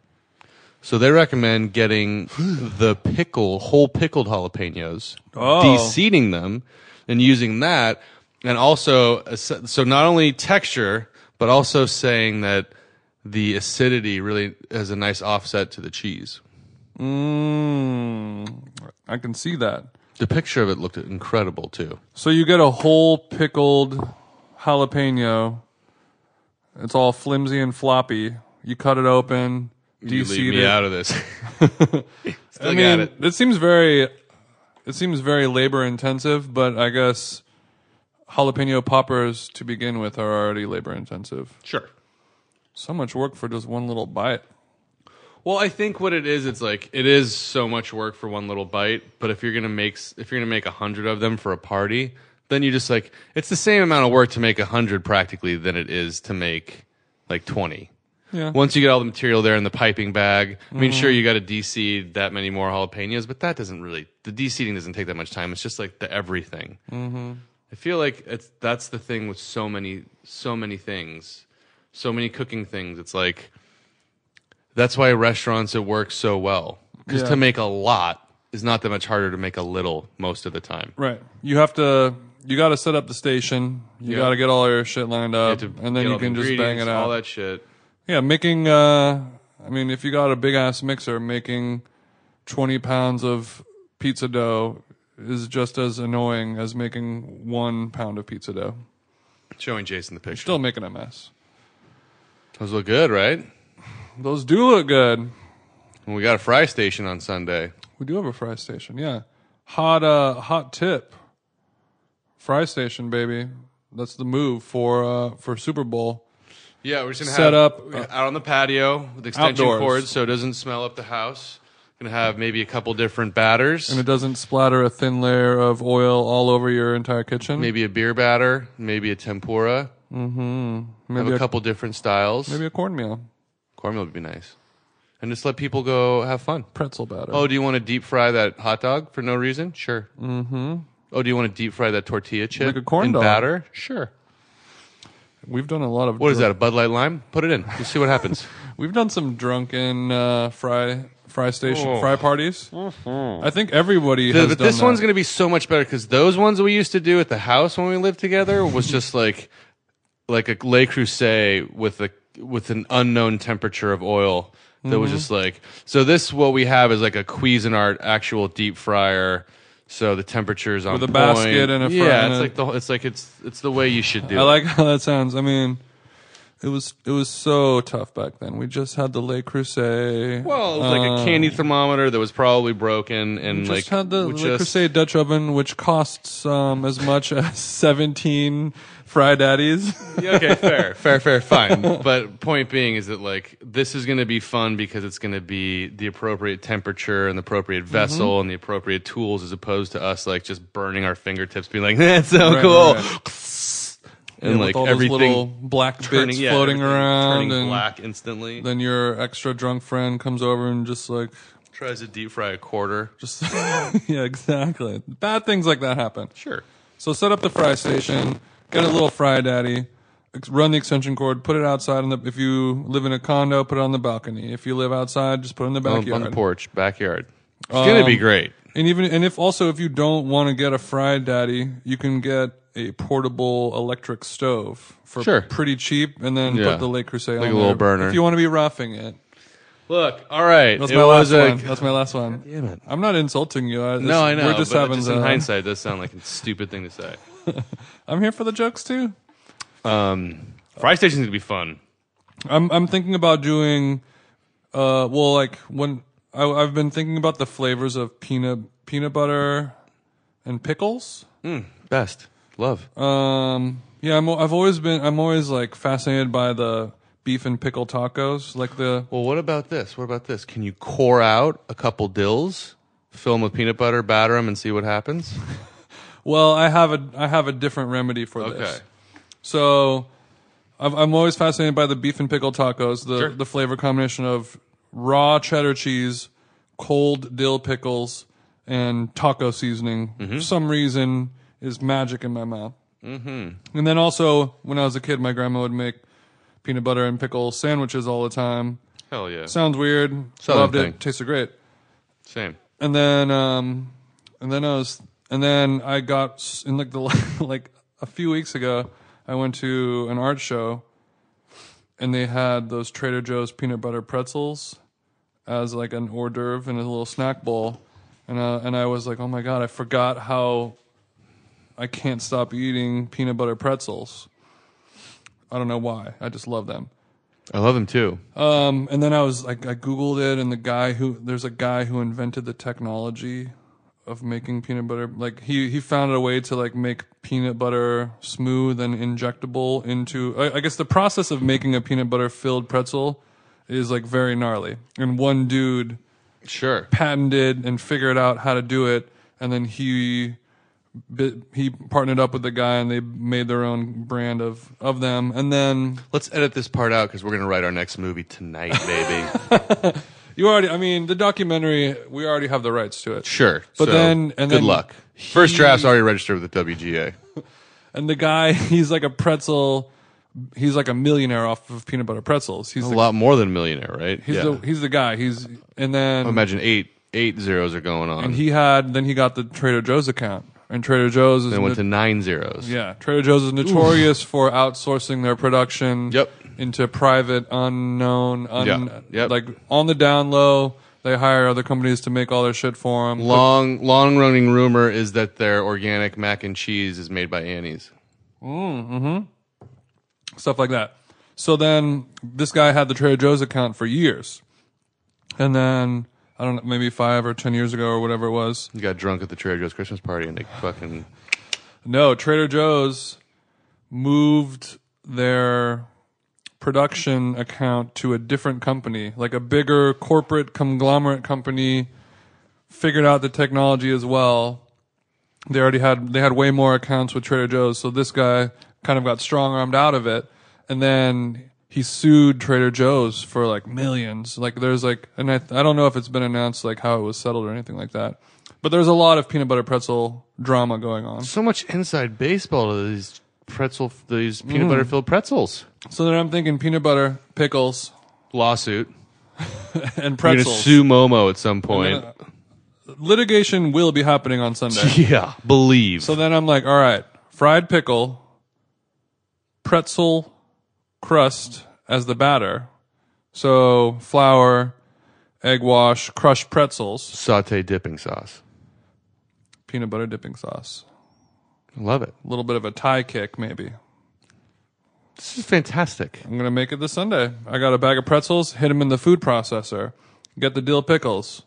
Speaker 4: So they recommend getting the pickle, whole pickled jalapenos,
Speaker 3: Oh.
Speaker 4: deseeding them, and using that, and also so not only texture, but also saying that the acidity really has a nice offset to the cheese.
Speaker 3: Mm, I can see that.
Speaker 4: The picture of it looked incredible too.
Speaker 3: So you get a whole pickled jalapeno. It's all flimsy and floppy. You cut it open.
Speaker 4: You
Speaker 3: De-seed
Speaker 4: leave me
Speaker 3: it.
Speaker 4: out of this. *laughs* Still
Speaker 3: I
Speaker 4: got
Speaker 3: mean,
Speaker 4: it.
Speaker 3: it. seems very, it seems very labor intensive. But I guess jalapeno poppers to begin with are already labor intensive.
Speaker 4: Sure.
Speaker 3: So much work for just one little bite.
Speaker 4: Well, I think what it is, it's like it is so much work for one little bite. But if you're gonna make s- if you're gonna make a hundred of them for a party, then you just like it's the same amount of work to make a hundred practically than it is to make like twenty.
Speaker 3: Yeah. Mm-hmm.
Speaker 4: Once you get all the material there in the piping bag, I mean, sure you got to deseed that many more jalapenos, but that doesn't really the deseeding doesn't take that much time. It's just like the everything. Mm-hmm. I feel like it's that's the thing with so many so many things, so many cooking things. It's like that's why restaurants it works so well because
Speaker 3: Yeah.
Speaker 4: to make a lot is not that much harder to make a little most of the time.
Speaker 3: Right. You have to. You got to set up the station. You
Speaker 4: Yeah.
Speaker 3: got to get all your shit lined up,
Speaker 4: To
Speaker 3: and
Speaker 4: get
Speaker 3: then you
Speaker 4: all the
Speaker 3: can just bang
Speaker 4: ingredients,
Speaker 3: it out.
Speaker 4: All that shit.
Speaker 3: Yeah, making. Uh, I mean, if you got a big ass mixer, making twenty pounds of pizza dough is just as annoying as making one pound of pizza dough.
Speaker 4: Showing Jason the picture.
Speaker 3: Still making a mess.
Speaker 4: Those look good, right?
Speaker 3: Those do look good.
Speaker 4: And we got a fry station on Sunday.
Speaker 3: We do have a fry station. Yeah, hot. Uh, hot tip. Fry station, baby. That's the move for uh, for Super Bowl.
Speaker 4: Yeah, we're just gonna
Speaker 3: Set
Speaker 4: have,
Speaker 3: up,
Speaker 4: uh, out on the patio with extension
Speaker 3: Outdoors.
Speaker 4: cords, so it doesn't smell up the house. Gonna have maybe a couple different batters,
Speaker 3: It doesn't splatter a thin layer of oil all over your entire kitchen.
Speaker 4: maybe a beer batter, maybe a tempura. Mm-hmm. Maybe have
Speaker 3: Maybe
Speaker 4: a,
Speaker 3: a-
Speaker 4: couple different styles.
Speaker 3: Maybe a cornmeal
Speaker 4: cornmeal would be nice, and just let people go have fun.
Speaker 3: pretzel batter.
Speaker 4: Oh, do you want to deep fry that hot dog for no reason? Sure. Mm-hmm. Oh, do you want to deep fry that tortilla chip
Speaker 3: Like a corn
Speaker 4: in
Speaker 3: dog.
Speaker 4: batter? Sure.
Speaker 3: We've done a lot of
Speaker 4: What is that? A Bud Light lime? Put it in. We'll see what *laughs* happens.
Speaker 3: We've done some drunken uh, fry fry station
Speaker 4: Oh.
Speaker 3: fry parties. I think everybody has
Speaker 4: but
Speaker 3: done
Speaker 4: this
Speaker 3: that.
Speaker 4: one's going to be so much better because those ones we used to do at the house when we lived together was just like like a Le Creuset with a with an unknown temperature of oil that was
Speaker 3: Mm-hmm.
Speaker 4: just like so. This what we have is like a Cuisinart actual deep fryer. So the temperature's on
Speaker 3: With a
Speaker 4: point.
Speaker 3: basket and a fr-
Speaker 4: yeah.
Speaker 3: and
Speaker 4: It's
Speaker 3: a-
Speaker 4: like the it's like it's it's the way you should do.
Speaker 3: I
Speaker 4: it.
Speaker 3: like how that sounds. I mean, it was it was so tough back then. We just had the Le Creuset.
Speaker 4: Well, it was like a candy thermometer that was probably broken
Speaker 3: Um.
Speaker 4: and
Speaker 3: just
Speaker 4: like
Speaker 3: had the
Speaker 4: would
Speaker 3: Le
Speaker 4: just-
Speaker 3: Creuset Dutch oven, which costs um, as much *laughs* as seventeen fry daddies. *laughs*
Speaker 4: Yeah, okay, fair, fair, fair, fine. But point being is that like this is going to be fun because it's going to be the appropriate temperature and the appropriate
Speaker 3: Mm-hmm.
Speaker 4: vessel and the appropriate tools, as opposed to us like just burning our fingertips, being like, *laughs* "That's so
Speaker 3: Right,
Speaker 4: cool,"
Speaker 3: right,
Speaker 4: and and
Speaker 3: Yeah,
Speaker 4: like
Speaker 3: with all those
Speaker 4: everything
Speaker 3: little black bits
Speaker 4: turning, yeah,
Speaker 3: floating
Speaker 4: everything
Speaker 3: around,
Speaker 4: turning
Speaker 3: and
Speaker 4: black instantly.
Speaker 3: then your extra drunk friend comes over and just like,
Speaker 4: tries to deep fry a quarter.
Speaker 3: just *laughs* yeah, exactly. Bad things like that happen.
Speaker 4: Sure.
Speaker 3: So set up the fry station, get a little fry daddy, ex- run the extension cord, put it outside. On the, if you live in a condo, put it on the balcony. If you live outside, just put it in the
Speaker 4: Oh, On,
Speaker 3: backyard.
Speaker 4: on the porch, backyard. It's gonna be
Speaker 3: Um,
Speaker 4: great.
Speaker 3: And even and if also if you don't want to get a fry daddy, you can get a portable electric stove for
Speaker 4: Sure.
Speaker 3: pretty cheap, and then
Speaker 4: Yeah.
Speaker 3: put the Le Creuset
Speaker 4: Like
Speaker 3: on
Speaker 4: a little
Speaker 3: there
Speaker 4: burner.
Speaker 3: If you want to be roughing it,
Speaker 4: Look, all right.
Speaker 3: that's
Speaker 4: it
Speaker 3: my
Speaker 4: was
Speaker 3: last
Speaker 4: a,
Speaker 3: one. That's my last one.
Speaker 4: Damn it.
Speaker 3: I'm not insulting you. I,
Speaker 4: No, I know.
Speaker 3: We're just
Speaker 4: but
Speaker 3: having
Speaker 4: just
Speaker 3: the-
Speaker 4: in hindsight, it does sound like a stupid thing to say.
Speaker 3: I'm here for the jokes too.
Speaker 4: Um, fry stations gonna be fun.
Speaker 3: I'm I'm thinking about doing, uh, well, like when I, I've been thinking about the flavors of peanut peanut butter and pickles.
Speaker 4: Best love.
Speaker 3: Um, yeah, I'm, I've always been. I'm always like fascinated by the beef and pickle tacos, like the
Speaker 4: Well, what about this? What about this? Can you core out a couple dills, fill them with peanut butter, batter them, and see what happens?
Speaker 3: Well, I have a I have a different remedy for
Speaker 4: Okay.
Speaker 3: this. So, I'm, I'm always fascinated by the beef and pickle tacos. The
Speaker 4: Sure.
Speaker 3: the flavor combination of raw cheddar cheese, cold dill pickles, and taco seasoning.
Speaker 4: Mm-hmm.
Speaker 3: For some reason, is magic in my mouth. Mm-hmm. And then also, when I was a kid, my grandma would make peanut butter and pickle sandwiches all the time.
Speaker 4: Hell yeah.
Speaker 3: Sounds weird.
Speaker 4: Southern
Speaker 3: Loved
Speaker 4: thing.
Speaker 3: it. Tasted great
Speaker 4: Same.
Speaker 3: and then um and then I was and then I got s- in like the *laughs* like a few weeks ago I went to an art show and they had those Trader Joe's peanut butter pretzels as like an hors d'oeuvre in a little snack bowl and uh, and I was like oh my god I forgot how I can't stop eating peanut butter pretzels I don't know why I just love them
Speaker 4: I love them too.
Speaker 3: um, and then I was like, I googled it, and the guy who there's a guy who invented the technology of making peanut butter. Like he he found a way to like make peanut butter smooth and injectable into. I, I guess the process of making a peanut butter filled pretzel is like very gnarly, and one dude
Speaker 4: Sure.
Speaker 3: patented and figured out how to do it, and then he bi- he partnered up with the guy, and they made their own brand of of them, and then.
Speaker 4: Let's edit this part out because we're gonna write our next movie tonight, baby.
Speaker 3: You already, I mean, the documentary, we already have the rights to it.
Speaker 4: *laughs* sure.
Speaker 3: But
Speaker 4: So,
Speaker 3: then- and
Speaker 4: good
Speaker 3: then
Speaker 4: luck.
Speaker 3: he-
Speaker 4: First draft's already registered with the WGA.
Speaker 3: And the guy, *laughs* he's like a pretzel, he's like a millionaire off of peanut butter pretzels. He's
Speaker 4: A
Speaker 3: the,
Speaker 4: lot more than millionaire, right?
Speaker 3: he's, the, he's the guy. He's, and then,
Speaker 4: Imagine eight eight zeros are going on.
Speaker 3: and he had, then he got the Trader Joe's account. And Trader Joe's is,
Speaker 4: then went
Speaker 3: no-
Speaker 4: to nine zeros.
Speaker 3: yeah, Trader Joe's is notorious for outsourcing their production
Speaker 4: Yep.
Speaker 3: into private, unknown, un,
Speaker 4: Yeah, yep.
Speaker 3: like on the down low. They hire other companies to make all their shit for them.
Speaker 4: Long long running rumor is that their organic mac and cheese is made by Annie's.
Speaker 3: stuff like that. So then this guy had the Trader Joe's account for years. And then I don't know, maybe five or ten years ago or whatever it was.
Speaker 4: You got drunk at the Trader Joe's Christmas party and they fucking
Speaker 3: No, Trader Joe's moved their production account to a different company, like a bigger corporate conglomerate company figured out the technology as well. They already had they had way more accounts with Trader Joe's, so this guy kind of got strong-armed out of it and then he sued Trader Joe's for like millions. Like there's like and I I don't know if it's been announced like how it was settled or anything like that. But there's a lot of peanut butter pretzel drama going on.
Speaker 4: so much inside baseball to these pretzel these peanut butter filled pretzels.
Speaker 3: So then I'm thinking peanut butter, pickles, *laughs*
Speaker 4: Lawsuit.
Speaker 3: and
Speaker 4: You're gonna
Speaker 3: pretzels.
Speaker 4: sue Momo at some point.
Speaker 3: *laughs* And Litigation will be happening on
Speaker 4: *laughs*
Speaker 3: Sunday.
Speaker 4: yeah. Believe.
Speaker 3: so then I'm like, all right, fried pickle, pretzel crust as the batter. So flour, egg wash, crushed pretzels,
Speaker 4: Saute dipping sauce.
Speaker 3: peanut butter dipping sauce,
Speaker 4: Love it.
Speaker 3: a little bit of a Thai kick maybe.
Speaker 4: This is fantastic.
Speaker 3: I'm gonna make it this Sunday. I got a bag of pretzels, hit them in the food processor, get the dill pickles,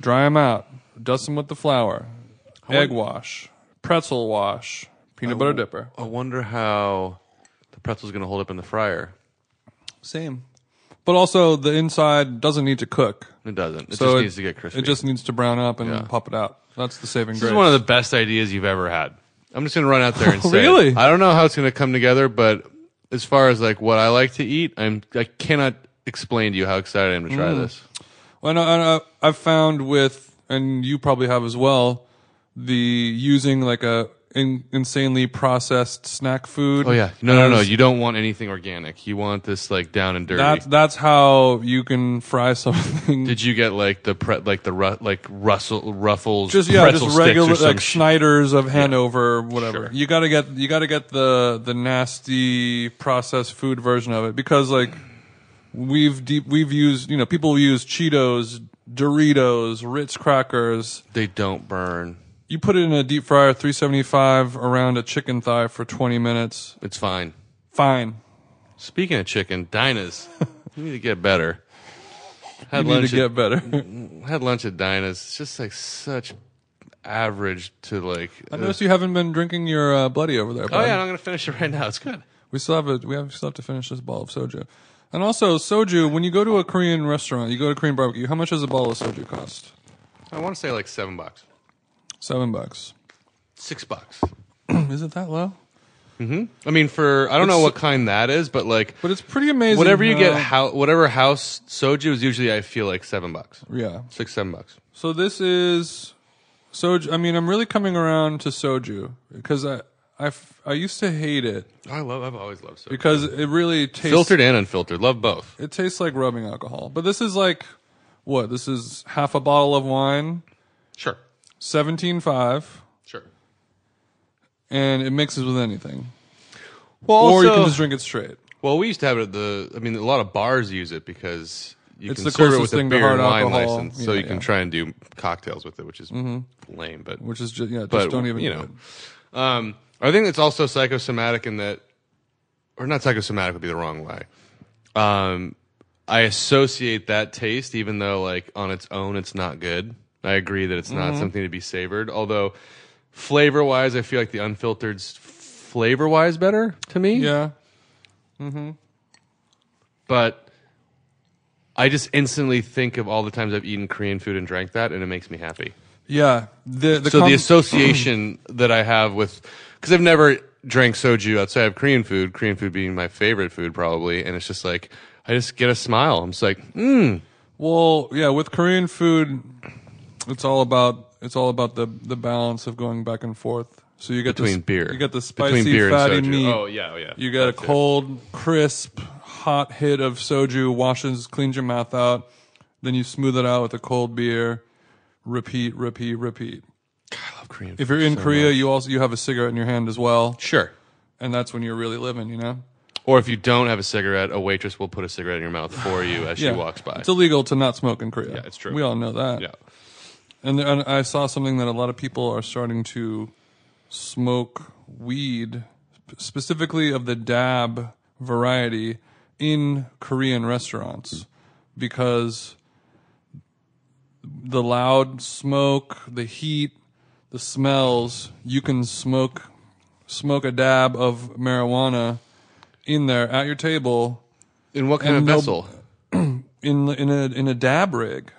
Speaker 3: dry them out, dust them with the flour, egg wash, pretzel wash, peanut
Speaker 4: Oh,
Speaker 3: butter dipper.
Speaker 4: I wonder how the pretzel's going to hold up in the fryer.
Speaker 3: Same. But also the inside doesn't need to cook.
Speaker 4: It doesn't. It
Speaker 3: So
Speaker 4: just
Speaker 3: it-
Speaker 4: needs to get crispy.
Speaker 3: It just needs to brown up and
Speaker 4: Yeah.
Speaker 3: pop it out. That's the saving
Speaker 4: this
Speaker 3: grace.
Speaker 4: is one of the best ideas you've ever had. I'm just gonna run out
Speaker 3: *laughs*
Speaker 4: there and say,
Speaker 3: Oh, Really?
Speaker 4: I don't know how it's gonna come together, but as far as like what I like to eat, I'm I cannot explain to you how excited I am to try
Speaker 3: Mm.
Speaker 4: this.
Speaker 3: Well, and I, and I, I've found with, and you probably have as well, the using like a in, insanely processed snack food.
Speaker 4: Oh yeah, no, no, no.
Speaker 3: as-
Speaker 4: You don't want anything organic. You want this like down and dirty.
Speaker 3: That, that's how you can fry something.
Speaker 4: Did you get like the pre- like the ru- like Russell
Speaker 3: *laughs*
Speaker 4: Ruffles
Speaker 3: just yeah,
Speaker 4: pretzel
Speaker 3: just
Speaker 4: sticks
Speaker 3: regular
Speaker 4: or some
Speaker 3: like
Speaker 4: sh-
Speaker 3: Schneiders of Hanover, whatever.
Speaker 4: Sure.
Speaker 3: You gotta get you gotta get the the nasty processed food version of it because like we've deep we've used you know people use Cheetos, Doritos, Ritz crackers.
Speaker 4: They don't burn.
Speaker 3: You put it in a deep fryer, three seventy five around a chicken thigh for twenty minutes.
Speaker 4: It's fine.
Speaker 3: Fine.
Speaker 4: Speaking of chicken,
Speaker 3: *laughs*
Speaker 4: Dinah's. you need to get better. Had
Speaker 3: You need
Speaker 4: lunch Mm-hmm.
Speaker 3: to
Speaker 4: at-
Speaker 3: get better.
Speaker 4: had lunch at Dinah's. It's just like such average to like.
Speaker 3: *laughs*
Speaker 4: uh,
Speaker 3: I noticed you haven't been drinking your uh, bloody over there.
Speaker 4: oh
Speaker 3: bud.
Speaker 4: yeah, and I'm gonna finish it right now. It's good.
Speaker 3: We still have a we have still have to finish this bottle of soju. And also soju, when you go to a Korean restaurant, you go to Korean barbecue, how much does a bottle of soju cost?
Speaker 4: I want to say like seven bucks,
Speaker 3: Seven bucks.
Speaker 4: six bucks.
Speaker 3: *clears throat* Is it that low?
Speaker 4: I mean, for I don't know
Speaker 3: It's-
Speaker 4: what kind that is, but like
Speaker 3: But it's pretty amazing. uh,
Speaker 4: whatever you get,
Speaker 3: how-
Speaker 4: how whatever house soju is usually, I feel like seven bucks,
Speaker 3: yeah.
Speaker 4: six seven bucks.
Speaker 3: So this is soju. I mean, I'm really coming around to soju because I I f- I used to hate it
Speaker 4: I love. I've always loved soju.
Speaker 3: because it really tastes
Speaker 4: Filtered and unfiltered, love both.
Speaker 3: It tastes like rubbing alcohol. But this is like what? This is half a bottle of wine,
Speaker 4: Sure,
Speaker 3: seventeen five,
Speaker 4: sure.
Speaker 3: and it mixes with anything.
Speaker 4: Well,
Speaker 3: or you can just drink it straight.
Speaker 4: well, we used to have it at the. I mean, a lot of bars use it because you
Speaker 3: It's
Speaker 4: can
Speaker 3: the
Speaker 4: serve it
Speaker 3: closest
Speaker 4: with a
Speaker 3: thing to
Speaker 4: beer and
Speaker 3: hard
Speaker 4: wine
Speaker 3: alcohol.
Speaker 4: license, so
Speaker 3: Yeah,
Speaker 4: you can
Speaker 3: yeah.
Speaker 4: try and do cocktails with it, which is lame. But
Speaker 3: which is just yeah, just
Speaker 4: but
Speaker 3: don't even
Speaker 4: you
Speaker 3: do
Speaker 4: know.
Speaker 3: it.
Speaker 4: Um, I think it's also psychosomatic in that, or not psychosomatic would be the wrong way. Um, I associate that taste, even though like on its own it's not good. I agree that it's
Speaker 3: Mm-hmm.
Speaker 4: not something to be savored. Although flavor wise, I feel like the unfiltered flavor wise better to me.
Speaker 3: Yeah,
Speaker 4: But I just instantly think of all the times I've eaten Korean food and drank that, and it makes me happy.
Speaker 3: yeah. The, the
Speaker 4: so
Speaker 3: com-
Speaker 4: the association *clears throat* that I have with because I've never drank soju outside of Korean food, Korean food being my favorite food probably, and it's just like I just get a smile. I'm just like, mm,
Speaker 3: well, yeah, with Korean food, it's all about it's all about the the balance of going back and forth. So you get the
Speaker 4: between
Speaker 3: s-
Speaker 4: beer,
Speaker 3: you get the
Speaker 4: Between
Speaker 3: spicy
Speaker 4: beer and
Speaker 3: fatty
Speaker 4: soju.
Speaker 3: meat.
Speaker 4: Oh yeah, oh, yeah.
Speaker 3: You get a
Speaker 4: That's it.
Speaker 3: cold, crisp, hot hit of soju, washes, cleans your mouth out. Then you smooth it out with a cold beer. Repeat, repeat, repeat.
Speaker 4: I love Korean.
Speaker 3: If
Speaker 4: food
Speaker 3: you're in
Speaker 4: so
Speaker 3: Korea,
Speaker 4: much.
Speaker 3: you also you have a cigarette in your hand as well,
Speaker 4: sure.
Speaker 3: and that's when you're really living, you know.
Speaker 4: Or if you don't have a cigarette, a waitress will put a cigarette in your mouth for you
Speaker 3: *sighs*
Speaker 4: as she walks by.
Speaker 3: It's illegal to not smoke in Korea.
Speaker 4: Yeah, it's true.
Speaker 3: We all know that.
Speaker 4: yeah.
Speaker 3: And, and I saw something that a lot of people are starting to smoke weed, specifically of the dab variety, in Korean restaurants because the loud smoke, the heat, the smells, you can smoke smoke a dab of marijuana in there at your table
Speaker 4: In what kind
Speaker 3: And
Speaker 4: of
Speaker 3: no-
Speaker 4: vessel?
Speaker 3: in in a in a dab rig.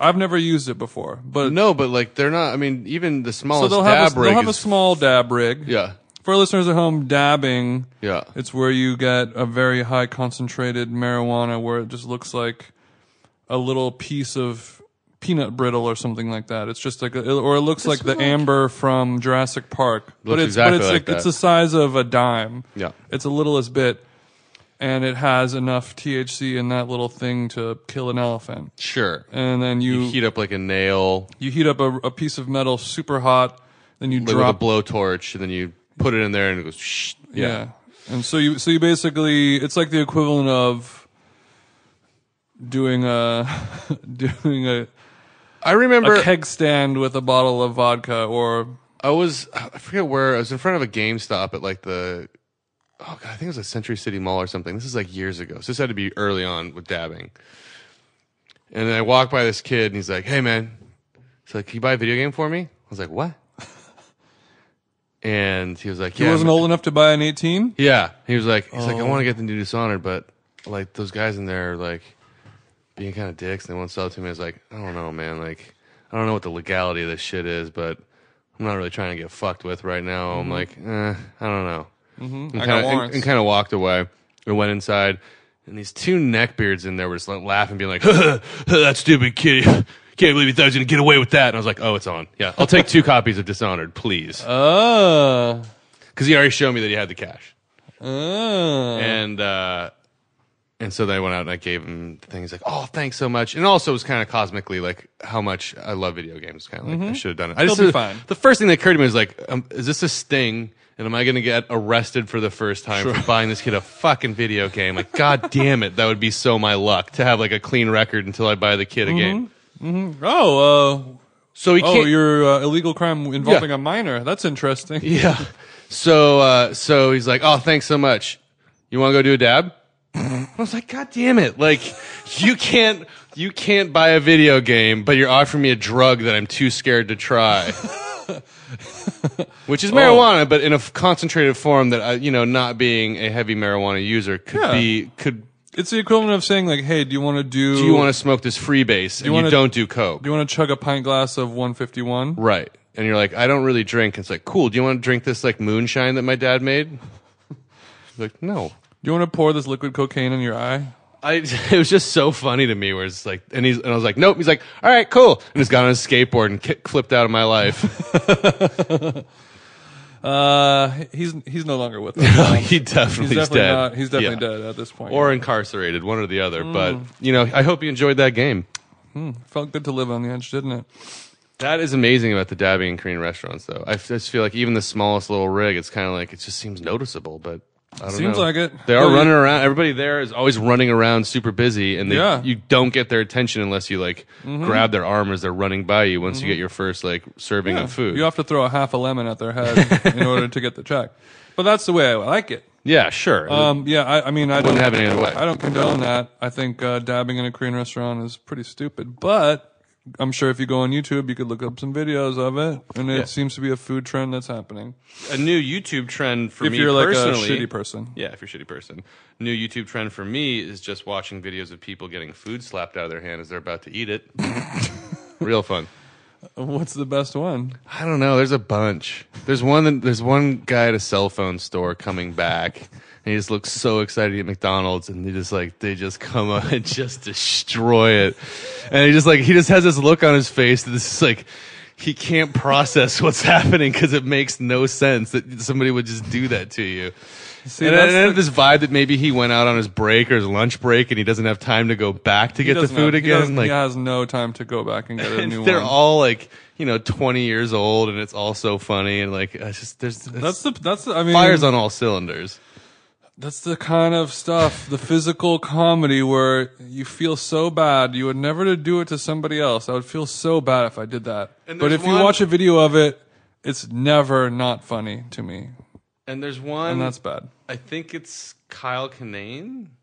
Speaker 3: I've never used it before, but
Speaker 4: No, but like they're not. I mean, even the
Speaker 3: so
Speaker 4: smallest
Speaker 3: they'll
Speaker 4: dab
Speaker 3: have a,
Speaker 4: rig
Speaker 3: they'll have a
Speaker 4: is-
Speaker 3: small dab rig.
Speaker 4: yeah,
Speaker 3: For listeners at home, dabbing.
Speaker 4: yeah.
Speaker 3: It's where you get a very high concentrated marijuana, where it just looks like a little piece of peanut brittle or something like that. It's just like, a, or it looks like the amber from Jurassic Park, but
Speaker 4: Looks
Speaker 3: it's
Speaker 4: exactly
Speaker 3: but it's
Speaker 4: like
Speaker 3: it's
Speaker 4: that.
Speaker 3: the size of a dime.
Speaker 4: Yeah.
Speaker 3: it's the littlest bit, and it has enough THC in that little thing to kill an elephant.
Speaker 4: Sure.
Speaker 3: and then you
Speaker 4: You heat up like a nail.
Speaker 3: you heat up a, a piece of metal super hot, then you
Speaker 4: like
Speaker 3: drop
Speaker 4: with a blowtorch, and then you put it in there, and it goes. Shh.
Speaker 3: yeah. and so you so you basically it's like the equivalent of doing a *laughs* doing a,
Speaker 4: I remember
Speaker 3: a keg stand with a bottle of vodka or
Speaker 4: I was I forget where I was in front of a GameStop at like the oh god I think it was a Century City Mall or something. This is like years ago, so this had to be early on with dabbing. And then I walked by this kid, and he's like, "Hey man," he's like, "Can you buy a video game for me?" I was like, "What?" *laughs* And he was like,
Speaker 3: he
Speaker 4: "Yeah."
Speaker 3: wasn't
Speaker 4: man."
Speaker 3: old enough to buy an 18
Speaker 4: Yeah, he was like, he's like,
Speaker 3: Oh.
Speaker 4: "I want to get the new Dishonored, but like those guys in there are like being kind of dicks, and they won't sell it to me." I was like, "I don't know, man. Like, I don't know what the legality of this shit is, but." I'm not really trying to get fucked with right now. I'm like, eh, I don't know. Mm-hmm. And
Speaker 3: Mm-hmm. I got
Speaker 4: kinda, and,
Speaker 3: warrants.
Speaker 4: and kind of walked away. We went inside, and these two neckbeards in there were just like, laughing, being like, *laughs* huh, huh, "That stupid kid, *laughs* can't believe he thought he was gonna get away with that." And I was like, "Oh, it's on. Yeah, I'll take two *laughs* copies of Dishonored, please."
Speaker 3: Uh, Oh.
Speaker 4: because he already showed me that he had the cash.
Speaker 3: Oh.
Speaker 4: And uh, and so they went out and I gave him the things like, oh, thanks so much. And also it was kind of cosmically like how much I love video games. Kind of like I should have done it. I just
Speaker 3: They'll Mm-hmm. be fine.
Speaker 4: the first thing that occurred to me was like, um, is this a sting? And am I going to get arrested for the first time for buying this kid a fucking video game? Like, god damn it, that would be so my luck to have like a clean record until I buy the kid a game.
Speaker 3: Oh. Uh,
Speaker 4: So he
Speaker 3: Mm-hmm. oh,
Speaker 4: can't.
Speaker 3: your uh, illegal crime involving a minor. That's interesting.
Speaker 4: Yeah. So uh, so he's like, "Oh, thanks so much. You want to go do a dab?" I was like, "God damn it! Like you can't you can't buy a video game, but you're offering me a drug that I'm too scared to try."
Speaker 3: *laughs* Oh.
Speaker 4: Which is marijuana, but in a f- concentrated form that I, you know, not being a heavy marijuana user could
Speaker 3: Yeah.
Speaker 4: be could.
Speaker 3: It's the equivalent of saying like, "Hey, do you want to do?
Speaker 4: Do you want to smoke this freebase and you,
Speaker 3: wanna-
Speaker 4: don't do coke?
Speaker 3: Do you want to chug a pint glass of 151?"
Speaker 4: Right. And you're like, I don't really drink. It's like, cool. Do you want to drink this like moonshine that my dad made? like, no.
Speaker 3: Do you want to pour this liquid cocaine in your eye?
Speaker 4: I, *laughs* it was just so funny to me where it's like, and he's, and I was like, nope. He's like, all right, cool. And just got on his skateboard and kick, flipped out of my life. *laughs*
Speaker 3: Uh, he's he's no longer with
Speaker 4: *laughs*
Speaker 3: us.
Speaker 4: he
Speaker 3: he's
Speaker 4: definitely
Speaker 3: definitely
Speaker 4: dead.
Speaker 3: not. He's definitely
Speaker 4: Yeah.
Speaker 3: dead Mm. at this point.
Speaker 4: Or incarcerated, one or the other. But, you know, I hope you enjoyed that game.
Speaker 3: felt good to live on the edge, didn't it?
Speaker 4: That is amazing about the dabbing in Korean restaurants, though. I f- just feel like even the smallest little rig, it's kind of like, it just seems noticeable, but. I don't
Speaker 3: Seems
Speaker 4: know.
Speaker 3: like it.
Speaker 4: They are
Speaker 3: Yeah,
Speaker 4: running
Speaker 3: you-
Speaker 4: around. Everybody there is always running around, super busy, and they,
Speaker 3: Yeah. Mm-hmm.
Speaker 4: you don't get their attention unless you like grab their arm as they're running by you. Once you get your first like serving of food,
Speaker 3: You have to throw a half a lemon at their
Speaker 4: *laughs*
Speaker 3: head in order to get the check. But that's the way I like it.
Speaker 4: yeah, sure.
Speaker 3: Um, yeah, I, I mean, I don't
Speaker 4: Wouldn't have it any other way.
Speaker 3: I don't condone that. I think uh, dabbing in a Korean restaurant is pretty stupid, but I'm sure if you go on YouTube, you could look up some videos of it, and it
Speaker 4: Yeah.
Speaker 3: seems to be a food trend that's happening.
Speaker 4: a new YouTube trend for
Speaker 3: if
Speaker 4: me
Speaker 3: you're like
Speaker 4: personally.
Speaker 3: a shitty person,
Speaker 4: yeah, if you're a shitty person, new YouTube trend for me is just watching videos of people getting food slapped out of their hand as they're about to
Speaker 3: *laughs*
Speaker 4: eat it. Real fun.
Speaker 3: what's the best one?
Speaker 4: I don't know. There's a bunch. There's one. that- There's one guy at a cell phone store coming back, and he just looks so excited at McDonald's, and they just like they just come up *laughs* and just destroy it, and he just like he just has this look on his face that this is like he can't process *laughs* what's happening because it makes no sense that somebody would just do that to you.
Speaker 3: See,
Speaker 4: and I
Speaker 3: that's
Speaker 4: I have
Speaker 3: the-
Speaker 4: this vibe that maybe he went out on his break or his lunch break, and he doesn't have time to go back to
Speaker 3: he
Speaker 4: get the
Speaker 3: doesn't
Speaker 4: food
Speaker 3: have- he
Speaker 4: again.
Speaker 3: doesn't- he has no time to go back and get a
Speaker 4: *laughs* And
Speaker 3: new
Speaker 4: they're
Speaker 3: one.
Speaker 4: all like you know 20 years old and it's all so funny and like I just there's
Speaker 3: that's the that's the, I mean
Speaker 4: fires on all cylinders
Speaker 3: That's the kind of stuff, the physical comedy where you feel so bad. You would never to do it to somebody else. I would feel so bad if I did that.
Speaker 4: And
Speaker 3: But
Speaker 4: there's
Speaker 3: if you
Speaker 4: one-
Speaker 3: watch a video of it, it's never not funny to me.
Speaker 4: and there's one
Speaker 3: And that's bad.
Speaker 4: I think it's Kyle Kinane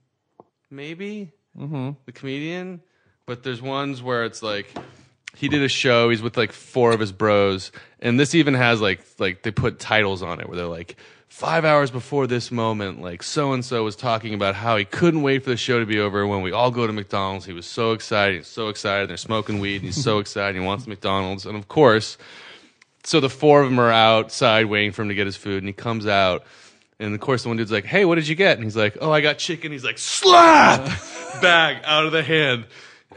Speaker 4: maybe mm-hmm. the comedian but there's ones where it's like he did a show he's with like four of his bros and this even has like like they put titles on it where they're like five hours before this moment like so and so was talking about how he couldn't wait for the show to be over when we all go to mcdonald's he was so excited he's so excited they're smoking weed and he's so *laughs* excited he wants mcdonald's and of course so the four of them are outside waiting for him to get his food and he comes out and of course the one dude's like hey what did you get and he's like oh i got chicken he's like slap bag out of the hand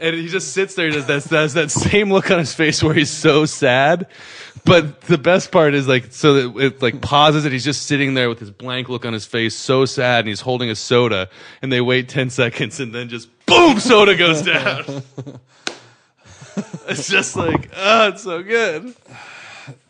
Speaker 4: and he just sits there and does that, does that same look on his face where he's so sad but the best part is like so that it like pauses and he's just sitting there with his blank look on his face so sad and he's holding a soda and they wait 10 seconds and then just boom soda goes down it's just like oh it's so good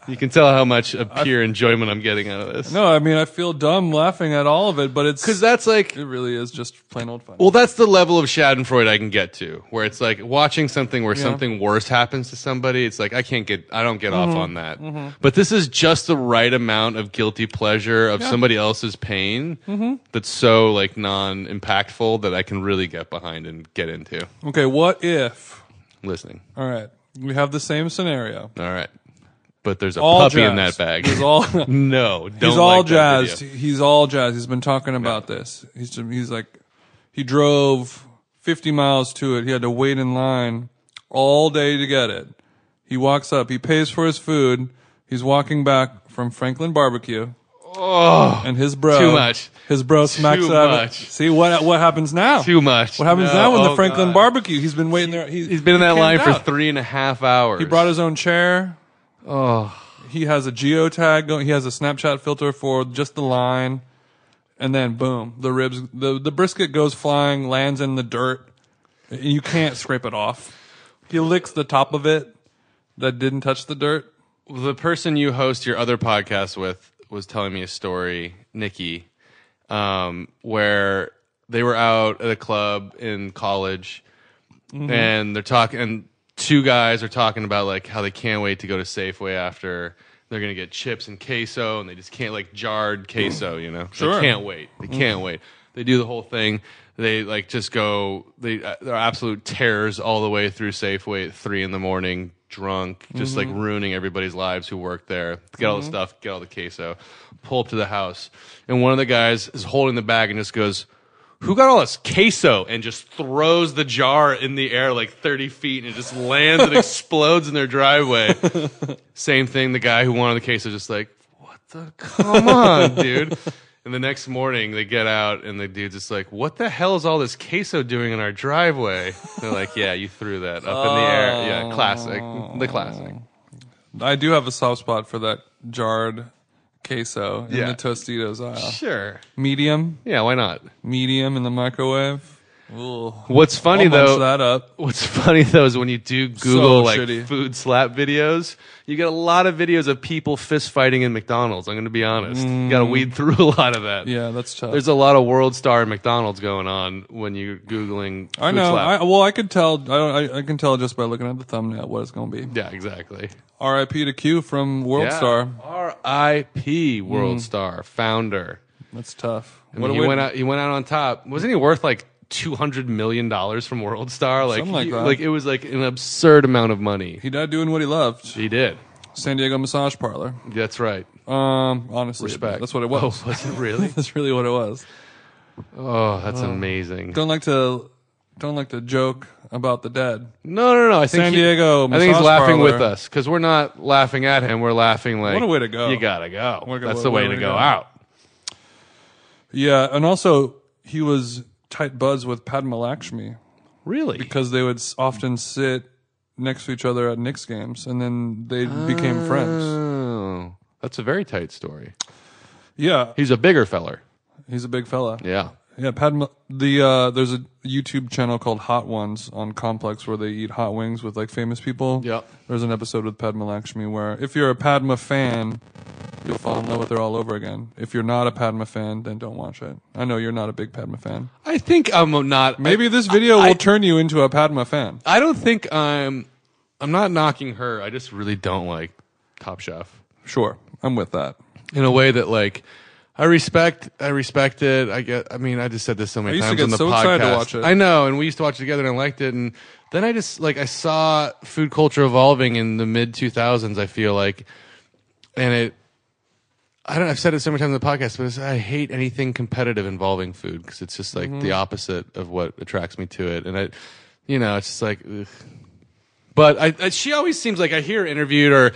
Speaker 4: you can tell how much of pure enjoyment i'm getting out of this
Speaker 3: No, I mean, I feel dumb laughing at all of it, but it's,
Speaker 4: because that's like
Speaker 3: it really is just plain old fun.
Speaker 4: Well, that's the level of Schadenfreude I can get to, where it's like watching something where something worse happens to somebody. It's like I can't get, I don't get off on that. But this is just the right amount of guilty pleasure of somebody else's pain that's so like non-impactful that I can really get behind and get into
Speaker 3: okay, what if,
Speaker 4: listening.
Speaker 3: all right, we have the same scenario.
Speaker 4: All right, but there's a
Speaker 3: All
Speaker 4: puppy in that
Speaker 3: jazzed.
Speaker 4: bag. *laughs*
Speaker 3: There's all,
Speaker 4: no, don't
Speaker 3: he's all
Speaker 4: like that
Speaker 3: jazzed.
Speaker 4: video.
Speaker 3: He's all jazzed. He's been talking about this. He's just, he's like, he drove 50 miles to it. He had to wait in line all day to get it. He walks up. He pays for his food. He's walking back from Franklin Barbecue,
Speaker 4: Oh,
Speaker 3: and his bro
Speaker 4: Too much.
Speaker 3: His bro smacks it out. of-
Speaker 4: much.
Speaker 3: See what what happens now?
Speaker 4: too much.
Speaker 3: What happens
Speaker 4: No,
Speaker 3: now when
Speaker 4: oh,
Speaker 3: the Franklin
Speaker 4: God.
Speaker 3: Barbecue? He's been waiting there. He,
Speaker 4: He's been in that
Speaker 3: he
Speaker 4: line
Speaker 3: camped
Speaker 4: for
Speaker 3: out.
Speaker 4: three and a half hours.
Speaker 3: He brought his own chair. Oh, he has a geotag. Going, he has a Snapchat filter for just the line, and then boom, the ribs, the the brisket goes flying, lands in the dirt, and you can't scrape it off. He licks the top of it that didn't touch the dirt.
Speaker 4: the person you host your other podcast with was telling me a story, Nikki, um, where they were out at a club in college and they're talking and two guys are talking about like how they can't wait to go to Safeway after they're gonna get chips and queso and they just can't like jarred queso, you know?
Speaker 3: Sure.
Speaker 4: They can't wait. They can't wait. They do the whole thing. They like just go. They uh, they're absolute terrors all the way through Safeway at three in the morning, drunk, just like ruining everybody's lives who work there. Get all the stuff, get all the queso, pull up to the house, and one of the guys is holding the bag and just goes, "Who got all this queso?" and just throws the jar in the air like thirty feet and it just lands and explodes in their driveway. Same thing. The guy who wanted the queso just like, "What the come on, dude." And the next morning, they get out, and the dude's just like, "What the hell is all this queso doing in our driveway?" They're like, "Yeah, you threw that up in the air." Yeah, classic, the classic.
Speaker 3: I do have a soft spot for that jarred queso in
Speaker 4: Yeah.
Speaker 3: the Tostitos aisle.
Speaker 4: Sure.
Speaker 3: Medium,
Speaker 4: Yeah, why not?
Speaker 3: medium in the microwave. Ooh.
Speaker 4: What's funny
Speaker 3: I'll munch
Speaker 4: though,
Speaker 3: that up.
Speaker 4: what's *laughs* funny though is when you do
Speaker 3: So
Speaker 4: Google like
Speaker 3: shitty.
Speaker 4: food slap videos, you get a lot of videos of people fist fighting in McDonald's. I'm going to be honest, you got to weed through *laughs* a lot of that.
Speaker 3: Mm. Yeah, that's tough.
Speaker 4: There's a lot of world star McDonald's going on when you're googling.
Speaker 3: I
Speaker 4: food
Speaker 3: know.
Speaker 4: slap.
Speaker 3: I, well, I could tell. I, don't, I, I can tell just by looking at the thumbnail what it's going to be.
Speaker 4: yeah, exactly.
Speaker 3: R.I.P. to Q from World
Speaker 4: Yeah.
Speaker 3: Star.
Speaker 4: R.I.P. World Star founder.
Speaker 3: That's tough.
Speaker 4: I mean,
Speaker 3: a
Speaker 4: he
Speaker 3: way-
Speaker 4: went out. He went out on top. Wasn't he worth like two hundred million dollars from World Star? Like,
Speaker 3: Something like
Speaker 4: he-
Speaker 3: that.
Speaker 4: it was like an absurd amount of money.
Speaker 3: He died doing what he loved.
Speaker 4: He did.
Speaker 3: San Diego massage parlor.
Speaker 4: That's right.
Speaker 3: Um, honestly,
Speaker 4: Respect.
Speaker 3: That's what it was.
Speaker 4: *laughs* Oh, was it
Speaker 3: *laughs*
Speaker 4: really?
Speaker 3: that's really what it was.
Speaker 4: Oh, that's amazing.
Speaker 3: Don't like to, don't like to joke about the dead.
Speaker 4: No, no, no. I think
Speaker 3: San
Speaker 4: he-
Speaker 3: Diego
Speaker 4: I think he's
Speaker 3: massage
Speaker 4: laughing
Speaker 3: parlor.
Speaker 4: with us because we're not laughing at him. We're laughing like
Speaker 3: What a way to go.
Speaker 4: You gotta go.
Speaker 3: What a-
Speaker 4: that's
Speaker 3: what
Speaker 4: the
Speaker 3: a
Speaker 4: way,
Speaker 3: way
Speaker 4: to
Speaker 3: to
Speaker 4: go,
Speaker 3: go.
Speaker 4: out.
Speaker 3: Yeah, and also he was tight buds with Padma Lakshmi
Speaker 4: Really?
Speaker 3: because they would s- often sit next to each other at Knicks games, and then they became friends.
Speaker 4: Oh, that's a very tight story.
Speaker 3: Yeah,
Speaker 4: He's a bigger feller.
Speaker 3: he's a big fella.
Speaker 4: Yeah.
Speaker 3: Yeah, Padma. The uh, there's a YouTube channel called Hot Ones on Complex where they eat hot wings with like famous people.
Speaker 4: Yep.
Speaker 3: There's an episode with Padma Lakshmi where if you're a Padma fan, you'll fall in love with her all over again. If you're not a Padma fan, then don't watch it. I know you're not a big Padma fan.
Speaker 4: I think I'm not.
Speaker 3: Maybe
Speaker 4: I,
Speaker 3: this video
Speaker 4: I-
Speaker 3: will turn you into a Padma fan.
Speaker 4: I don't think I'm. I'm not knocking her. I just really don't like Top Chef
Speaker 3: Sure, I'm with that.
Speaker 4: in a way that like. I respect. I respect it. I get. I mean, I just said this so
Speaker 3: I
Speaker 4: many
Speaker 3: used to
Speaker 4: times
Speaker 3: get
Speaker 4: on the
Speaker 3: so
Speaker 4: podcast.
Speaker 3: excited to watch it.
Speaker 4: I know, and we used to watch it together, and I liked it. And then I just like I saw food culture evolving in the mid 2000s. I feel like, and it. I don't. I've said it so many times on the podcast, but it's, I hate anything competitive involving food because it's just
Speaker 3: Mm-hmm.
Speaker 4: like the opposite of what attracts me to it. And I, you know, it's just like. Ugh. But I, I, she always seems like I hear her interviewed or.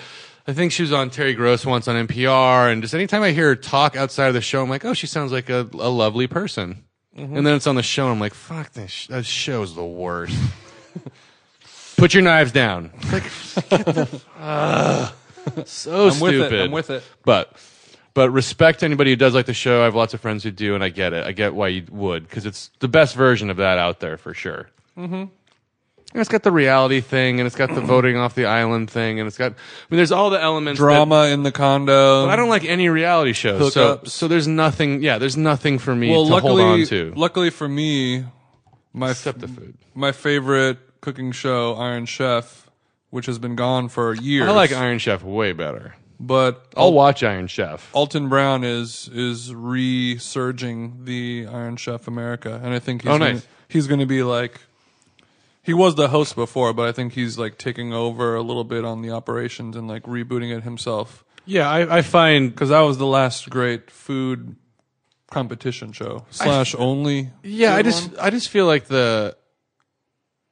Speaker 4: I think she was on Terry Gross once on NPR, and just anytime I hear her talk outside of the show, I'm like, oh, she sounds like a, a lovely person.
Speaker 3: Mm-hmm.
Speaker 4: And then it's on the show, and I'm like, fuck this, sh- that show's the worst. *laughs* Put your knives down. It's
Speaker 3: *laughs*
Speaker 4: Like, *laughs* get the- Ugh. so
Speaker 3: I'm with it,
Speaker 4: stupid.
Speaker 3: I'm with it.
Speaker 4: But but respect to anybody who does like the show. I have lots of friends who do, and I get it. I get why you would because it's the best version of that out there for sure. Mm-hmm. And it's got the reality thing, and it's got the voting off the island thing, and it's got. I mean, there's all the elements. that-
Speaker 3: Drama in the condo.
Speaker 4: but I don't like any reality shows, so
Speaker 3: Hookups.
Speaker 4: so there's nothing. Yeah, there's nothing for me
Speaker 3: well,
Speaker 4: to
Speaker 3: luckily,
Speaker 4: hold on to
Speaker 3: luckily for me, my f-
Speaker 4: except the food.
Speaker 3: my favorite cooking show, Iron Chef, which has been gone for years.
Speaker 4: I like Iron Oh. Chef way better.
Speaker 3: but
Speaker 4: I'll watch Iron Chef.
Speaker 3: Alton Brown is is resurging the Iron Chef America, and I think he's
Speaker 4: Oh,
Speaker 3: gonna,
Speaker 4: nice.
Speaker 3: he's going to be like he was the host before, but I think he's like taking over a little bit on the operations and like rebooting it himself.
Speaker 4: Yeah, I, I find
Speaker 3: Because that was the last great food competition show slash only.
Speaker 4: Yeah, I
Speaker 3: food
Speaker 4: just I just feel like the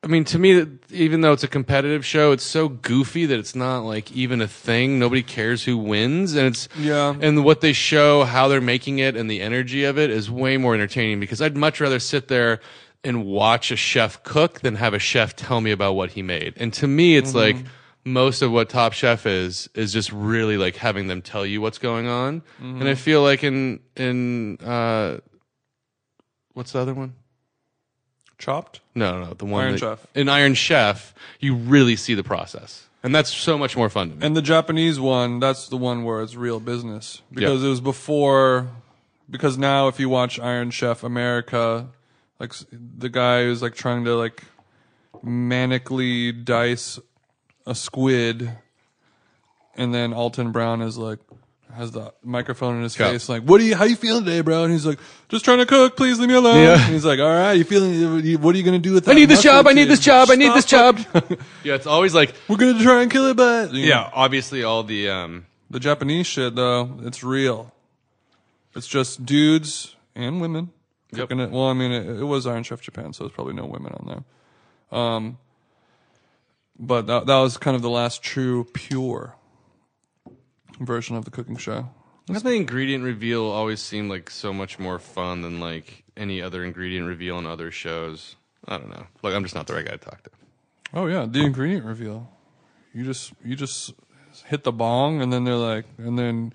Speaker 4: I mean, to me, even though it's a competitive show, it's so goofy that it's not like even a thing. Nobody cares who wins, and it's
Speaker 3: Yeah.
Speaker 4: And what they show, how they're making it, and the energy of it is way more entertaining. Because I'd much rather sit there and watch a chef cook than have a chef tell me about what he made. And to me, it's like most of what Top Chef is is just really like having them tell you what's going on. And I feel like in in uh, what's the other one?
Speaker 3: Chopped.
Speaker 4: No, no, the one
Speaker 3: Iron
Speaker 4: that-
Speaker 3: Chef.
Speaker 4: In Iron Chef, you really see the process, and that's so much more fun to me.
Speaker 3: And the Japanese one, that's the one where it's real business because
Speaker 4: Yeah.
Speaker 3: it was before. Because now, if you watch Iron Chef America, like s- the guy who's like trying to like manically dice a squid, and then Alton Brown is like has the microphone in his
Speaker 4: Yeah.
Speaker 3: face, like, "What do you? How you feeling today, bro?" And he's like, "Just trying to cook. Please leave me alone."
Speaker 4: Yeah.
Speaker 3: And he's like, "All right, you feeling? you- What are you gonna do with that?
Speaker 4: I need this
Speaker 3: knuckle
Speaker 4: job. I need
Speaker 3: kid?
Speaker 4: this job. I need
Speaker 3: Stop
Speaker 4: this job. *laughs* yeah, it's always like
Speaker 3: We're gonna try and kill it, but You know,
Speaker 4: yeah. Obviously, all the um,
Speaker 3: The Japanese shit, though, it's real. It's just dudes and women
Speaker 4: Yep.
Speaker 3: cooking it. Well, I mean, it, it was Iron Chef Japan, so there's probably no women on there. Um, but that, that was kind of the last true pure version of the cooking show.
Speaker 4: Doesn't the ingredient reveal always seem like so much more fun than like any other ingredient reveal in other shows? I don't know. Look, I'm just not the right guy to talk to.
Speaker 3: Oh yeah, the ingredient reveal. You just you just hit the bong, and then they're like, and then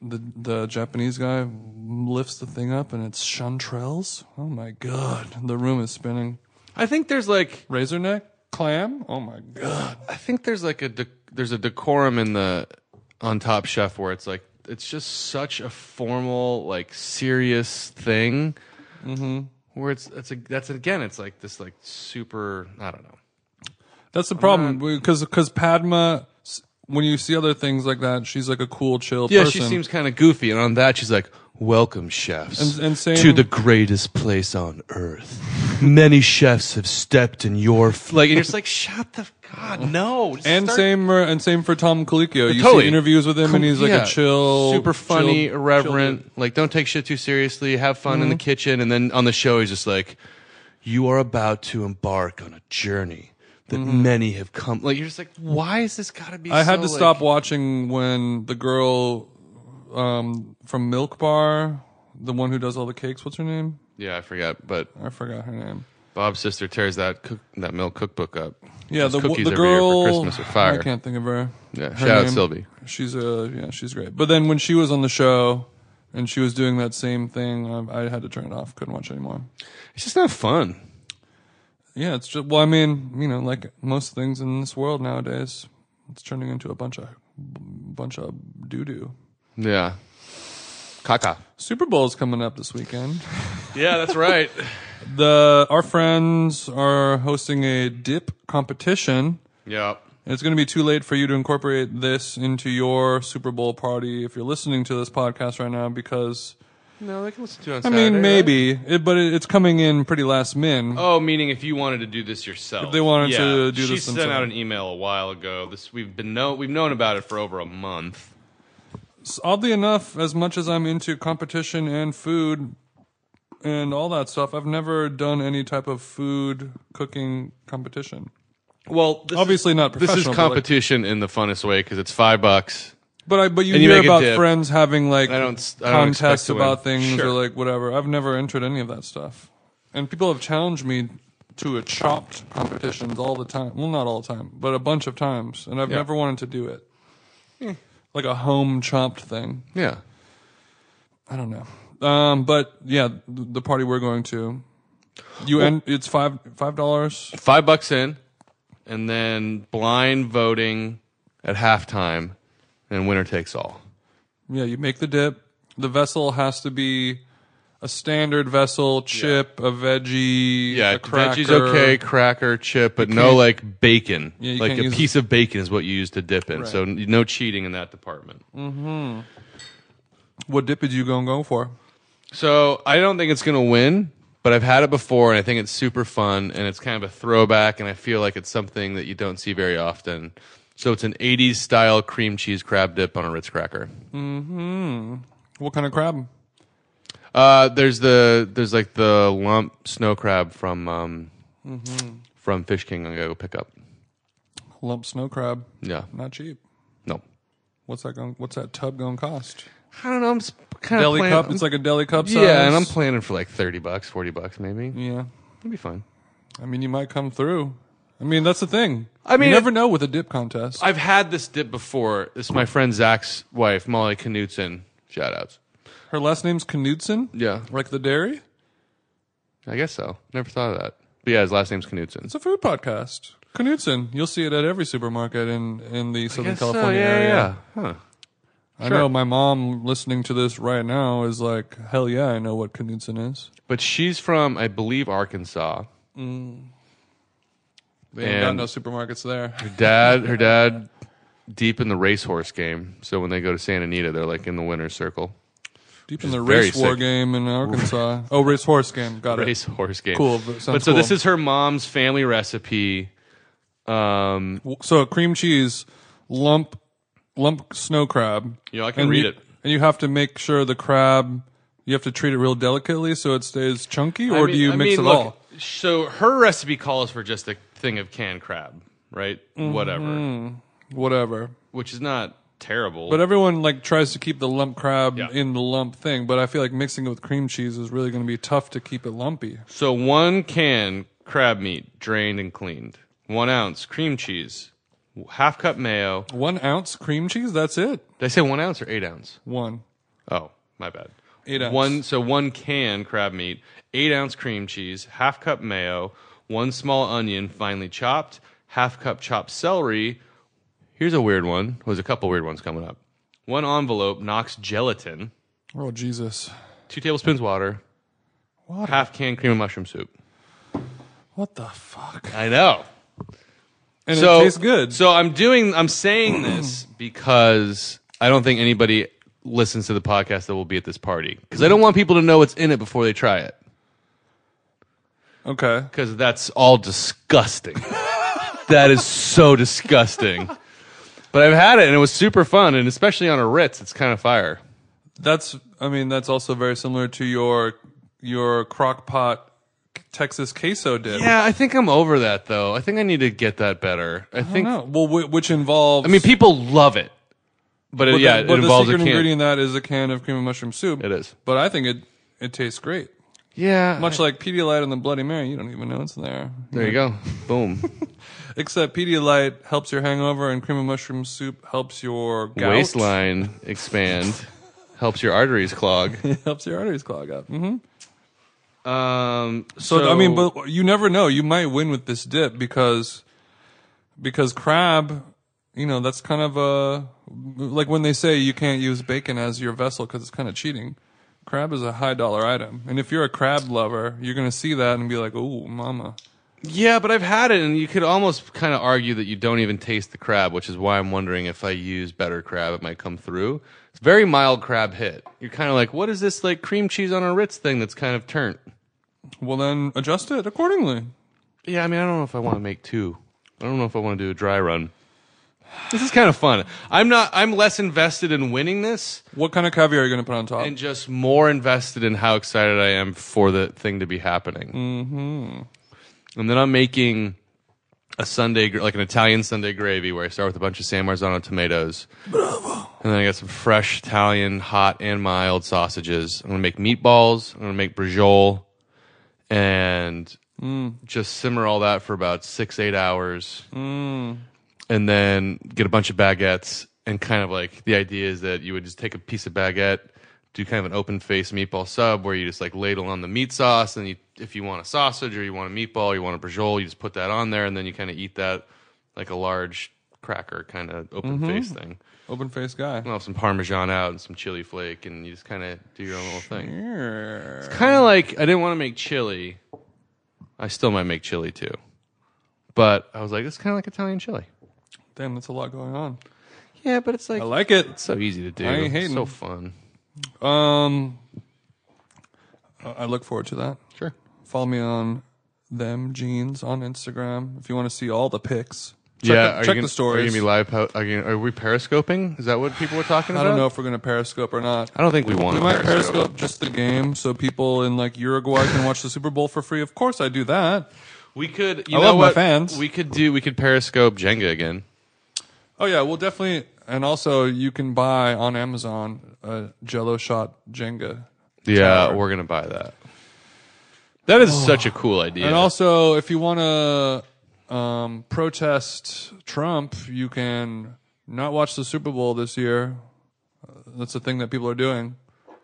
Speaker 3: the the Japanese guy lifts the thing up, and it's chanterelles. Oh my god, the room is spinning.
Speaker 4: I think there's like
Speaker 3: Razor neck clam. Oh my god.
Speaker 4: I think there's like a dec there's a decorum in the on Top Chef where it's like it's just such a formal like serious thing
Speaker 3: Mm-hmm.
Speaker 4: where it's it's a that's again it's like this like super I don't know
Speaker 3: That's the problem because because Padma, s- when you see other things like that, she's like a cool, chill
Speaker 4: yeah
Speaker 3: person.
Speaker 4: she seems kind of goofy and on that she's like welcome chefs
Speaker 3: And- and same-
Speaker 4: to the greatest place on earth many chefs have stepped in your f-. like and you're just like shut the god no Just
Speaker 3: and
Speaker 4: start- Uh,
Speaker 3: same uh, and same for Tom Colicchio. You
Speaker 4: Totally.
Speaker 3: see interviews with him, and he's like
Speaker 4: Yeah.
Speaker 3: a chill,
Speaker 4: super funny,
Speaker 3: chill-
Speaker 4: irreverent. like, don't take shit too seriously. Have fun
Speaker 3: Mm-hmm.
Speaker 4: in the kitchen, and then on the show, he's just like, "You are about to embark on a journey that many have come." Like, you're just like, "Why is this got to be?"
Speaker 3: Mm-hmm. I had
Speaker 4: so,
Speaker 3: to
Speaker 4: like-
Speaker 3: stop watching when the girl um, from Milk Bar, the one who does all the cakes. What's her name?
Speaker 4: Yeah, I forgot, but
Speaker 3: I forgot her name.
Speaker 4: Bob's sister tears that cook- that milk cookbook up.
Speaker 3: Yeah,
Speaker 4: Those
Speaker 3: the, w-
Speaker 4: cookies
Speaker 3: the
Speaker 4: every year
Speaker 3: girl.
Speaker 4: for Christmas are fire.
Speaker 3: I can't think of her.
Speaker 4: Yeah,
Speaker 3: Her
Speaker 4: shout out
Speaker 3: name-
Speaker 4: Sylvie.
Speaker 3: She's uh yeah, she's great. But then when she was on the show and she was doing that same thing, I, I had to turn it off. Couldn't watch it anymore.
Speaker 4: It's just not fun.
Speaker 3: Yeah, it's just well, I mean, you know, like most things in this world nowadays, it's turning into a bunch of bunch of doo doo.
Speaker 4: Yeah, caca.
Speaker 3: Super Bowl's coming up this weekend.
Speaker 4: Yeah, that's *laughs* right.
Speaker 3: The our friends are hosting a dip competition.
Speaker 4: yeah.
Speaker 3: And It's going to be too late for you to incorporate this into your Super Bowl party if you're listening to this podcast right now because
Speaker 4: No, they can listen to it on
Speaker 3: I
Speaker 4: Saturday,
Speaker 3: mean
Speaker 4: right?
Speaker 3: maybe it, but it, it's coming in pretty last min.
Speaker 4: Oh, meaning if you wanted to do this yourself,
Speaker 3: If they wanted
Speaker 4: Yeah.
Speaker 3: to do
Speaker 4: she
Speaker 3: this
Speaker 4: sent
Speaker 3: themselves.
Speaker 4: out an email a while ago. This we've been know we've known about it for over a month.
Speaker 3: S- Oddly enough, as much as I'm into competition and food and all that stuff, I've never done any type of food cooking competition.
Speaker 4: Well, this
Speaker 3: Obviously not
Speaker 4: this is
Speaker 3: professional, but, like-
Speaker 4: competition in the funnest way because it's five bucks.
Speaker 3: But I but you,
Speaker 4: And you
Speaker 3: hear
Speaker 4: make a
Speaker 3: about
Speaker 4: dip.
Speaker 3: friends having like
Speaker 4: I don't s- I don't expect
Speaker 3: contests
Speaker 4: to win.
Speaker 3: about things
Speaker 4: Sure.
Speaker 3: or like whatever. I've never entered any of that stuff, and people have challenged me to a chopped competitions all the time. Well, not all the time, but a bunch of times, and I've
Speaker 4: Yeah.
Speaker 3: never wanted to do it. Like a home chopped thing.
Speaker 4: Yeah,
Speaker 3: I don't know. Um, but yeah, th- the party we're going to, you end. It's five five dollars.
Speaker 4: five bucks in, and then blind voting at halftime, and winner takes all.
Speaker 3: Yeah, you make the dip. The vessel has to be a standard vessel, chip, a veggie,
Speaker 4: Yeah,
Speaker 3: a cracker.
Speaker 4: veggie's okay, cracker, chip, but no like bacon.
Speaker 3: Yeah, you
Speaker 4: like
Speaker 3: can't
Speaker 4: a
Speaker 3: use-
Speaker 4: piece of bacon is what you use to dip in. So n- no cheating in that department.
Speaker 3: What dip did you gonna go for?
Speaker 4: So I don't think it's going to win, but I've had it before, and I think it's super fun, and it's kind of a throwback, and I feel like it's something that you don't see very often. So it's an '80s style cream cheese crab dip on a Ritz cracker.
Speaker 3: What kind of crab?
Speaker 4: Uh, there's the there's like the lump snow crab from um, from Fish King. I'm gonna go pick up.
Speaker 3: Lump snow crab,
Speaker 4: Yeah,
Speaker 3: not cheap.
Speaker 4: no,
Speaker 3: What's that going? What's that tub going to cost?
Speaker 4: I don't know. I'm just kind
Speaker 3: Deli
Speaker 4: of
Speaker 3: cup. It's like a deli cup size.
Speaker 4: yeah, and I'm planning for like thirty bucks, forty bucks, maybe.
Speaker 3: yeah.
Speaker 4: It'll be fun.
Speaker 3: I mean, you might come through. I mean, that's the thing.
Speaker 4: I mean,
Speaker 3: you never
Speaker 4: it-
Speaker 3: know with a dip contest.
Speaker 4: I've had this dip before. This is my friend Zach's wife, Molly Knutson. Shout outs.
Speaker 3: Her last name's Knudsen.
Speaker 4: Yeah,
Speaker 3: Like the dairy?
Speaker 4: I guess so. Never thought of that. But yeah, his last name's Knutson.
Speaker 3: It's a food podcast. Knudsen. You'll see it at every supermarket in, in the Southern
Speaker 4: Guess so,
Speaker 3: California
Speaker 4: yeah,
Speaker 3: area.
Speaker 4: yeah, Huh.
Speaker 3: I
Speaker 4: Sure.
Speaker 3: know my mom listening to this right now is like, hell yeah, I know what Knudsen is.
Speaker 4: But she's from, I believe, Arkansas.
Speaker 3: Mm. They ain't got
Speaker 4: And-
Speaker 3: no supermarkets there.
Speaker 4: Her dad, her dad, deep in the racehorse game. So when they go to Santa Anita, they're like in the winner's circle.
Speaker 3: Deep in the
Speaker 4: very
Speaker 3: race war
Speaker 4: sick.
Speaker 3: game in Arkansas. oh, race horse game. Got it.
Speaker 4: Racehorse game.
Speaker 3: Cool, but
Speaker 4: But,
Speaker 3: sounds
Speaker 4: so this
Speaker 3: cool.
Speaker 4: is her mom's family recipe. Um,
Speaker 3: So cream cheese, lump, lump snow crab.
Speaker 4: Yeah, I can
Speaker 3: And
Speaker 4: read
Speaker 3: you-
Speaker 4: it.
Speaker 3: And you have to make sure the crab, you have to treat it real delicately so it stays chunky, or
Speaker 4: I mean-
Speaker 3: do you
Speaker 4: I
Speaker 3: mix
Speaker 4: mean,
Speaker 3: it
Speaker 4: look,
Speaker 3: all?
Speaker 4: So her recipe calls for just a thing of canned crab, right?
Speaker 3: Mm-hmm.
Speaker 4: Whatever,
Speaker 3: Whatever.
Speaker 4: which is not terrible.
Speaker 3: But everyone like tries to keep the lump crab
Speaker 4: Yeah.
Speaker 3: in the lump thing, but I feel like mixing it with cream cheese is really going to be tough to keep it lumpy.
Speaker 4: so one can crab meat drained and cleaned, one ounce cream cheese, half cup mayo.
Speaker 3: One ounce cream cheese, that's it.
Speaker 4: Did I say one ounce or eight ounce?
Speaker 3: One.
Speaker 4: Oh, my bad.
Speaker 3: Eight ounce.
Speaker 4: One so one can crab meat, eight ounce cream cheese, half cup mayo, one small onion finely chopped, half cup chopped celery. Here's a weird one. There's a couple weird ones coming up. One envelope Knox gelatin,
Speaker 3: Oh Jesus!
Speaker 4: two tablespoons water,
Speaker 3: Water.
Speaker 4: half can cream of mushroom soup.
Speaker 3: What the fuck?
Speaker 4: I know.
Speaker 3: And
Speaker 4: so
Speaker 3: it tastes good.
Speaker 4: So I'm doing. I'm saying this *clears throat* because I don't think anybody listens to the podcast that will be at this party because I don't want people to know what's in it before they try it.
Speaker 3: okay.
Speaker 4: because that's all disgusting. *laughs* that is so disgusting. But I've had it and it was super fun, and especially on a Ritz, it's kind of fire.
Speaker 3: That's I mean that's also very similar to your your crock pot Texas queso dip.
Speaker 4: Yeah, I think I'm over that though. I think I need to get that better. I, think.
Speaker 3: No, well, whi- which involves
Speaker 4: I mean, people love it, but, it,
Speaker 3: but
Speaker 4: yeah,
Speaker 3: the, but
Speaker 4: it
Speaker 3: the
Speaker 4: involves a
Speaker 3: secret
Speaker 4: can.
Speaker 3: ingredient in that is a can of cream of mushroom soup.
Speaker 4: It is.
Speaker 3: but I think it it tastes great.
Speaker 4: Yeah,
Speaker 3: Much like Pedialyte and the Bloody Mary, you don't even know it's there.
Speaker 4: there you go. Boom.
Speaker 3: Except Pedialyte helps your hangover, and cream of mushroom soup helps your gout.
Speaker 4: Waistline expand helps your arteries clog.
Speaker 3: *laughs* helps your arteries clog up. hmm
Speaker 4: Um, so,
Speaker 3: So, I mean, but you never know. You might win with this dip because because crab, you know, that's kind of a like when they say you can't use bacon as your vessel because it's kind of cheating. Crab is a high dollar item, and if you're a crab lover, you're gonna see that and be like, "Oh, mama."
Speaker 4: Yeah, but I've had it, and you could almost kind of argue that you don't even taste the crab, which is why I'm wondering if I use better crab, it might come through. It's a very mild crab hit. You're kind of like, what is this like cream cheese on a Ritz thing that's kind of turnt?
Speaker 3: Well, then adjust it accordingly.
Speaker 4: Yeah, I mean, I don't know if I want to make two. I don't know if I want to do a dry run. This is kind of fun. I'm not. I'm less invested in winning this,
Speaker 3: What kind of caviar are you gonna put on top?
Speaker 4: and just more invested in how excited I am for the thing to be happening. Mm-hmm. And then I'm making a Sunday, gr- like an Italian Sunday gravy, where I start with a bunch of San Marzano tomatoes. And then I got some fresh Italian, hot and mild sausages. I'm gonna make meatballs. I'm gonna make brujol, and just simmer all that for about six, eight hours, and then get a bunch of baguettes. And kind of like the idea is that you would just take a piece of baguette, do kind of an open face meatball sub where you just like ladle on the meat sauce, and you, if you want a sausage or you want a meatball, you want a brujol, you just put that on there, and then you kind of eat that like a large cracker kind of open face thing.
Speaker 3: Open faced guy.
Speaker 4: I'll have some parmesan out and some chili flake, and you just kind of do your own little thing.
Speaker 3: Here.
Speaker 4: Kind of like I didn't want to make chili. I still might make chili too, but I was like, it's kind of like Italian chili.
Speaker 3: Damn, that's a lot going on.
Speaker 4: Yeah, but it's like,
Speaker 3: I like it.
Speaker 4: so easy to do.
Speaker 3: I ain't hating.
Speaker 4: So fun.
Speaker 3: Um, I I look forward to that.
Speaker 4: Sure.
Speaker 3: Follow me on them jeans on Instagram if you want to see all the pics. Check
Speaker 4: yeah.
Speaker 3: the,
Speaker 4: are
Speaker 3: check
Speaker 4: you gonna,
Speaker 3: the stories.
Speaker 4: Are you gonna be live? Po- are, you, are we periscoping? Is that what people were talking
Speaker 3: I
Speaker 4: about?
Speaker 3: don't know if we're gonna Periscope or not.
Speaker 4: I don't think we want
Speaker 3: We
Speaker 4: to
Speaker 3: might Periscope just the game so people in like Uruguay can watch the Super Bowl for free. Of course, I do that.
Speaker 4: We could. You
Speaker 3: I
Speaker 4: know
Speaker 3: love my
Speaker 4: what?
Speaker 3: fans.
Speaker 4: We could do. We could Periscope Jenga again.
Speaker 3: Oh yeah, well definitely. And also, you can buy on Amazon a Jello shot Jenga.
Speaker 4: Yeah, we're gonna buy that. Oh. That is such a cool idea.
Speaker 3: And also, if you want to um, protest Trump, you can not watch the Super Bowl this year. Uh, That's a thing that people are doing.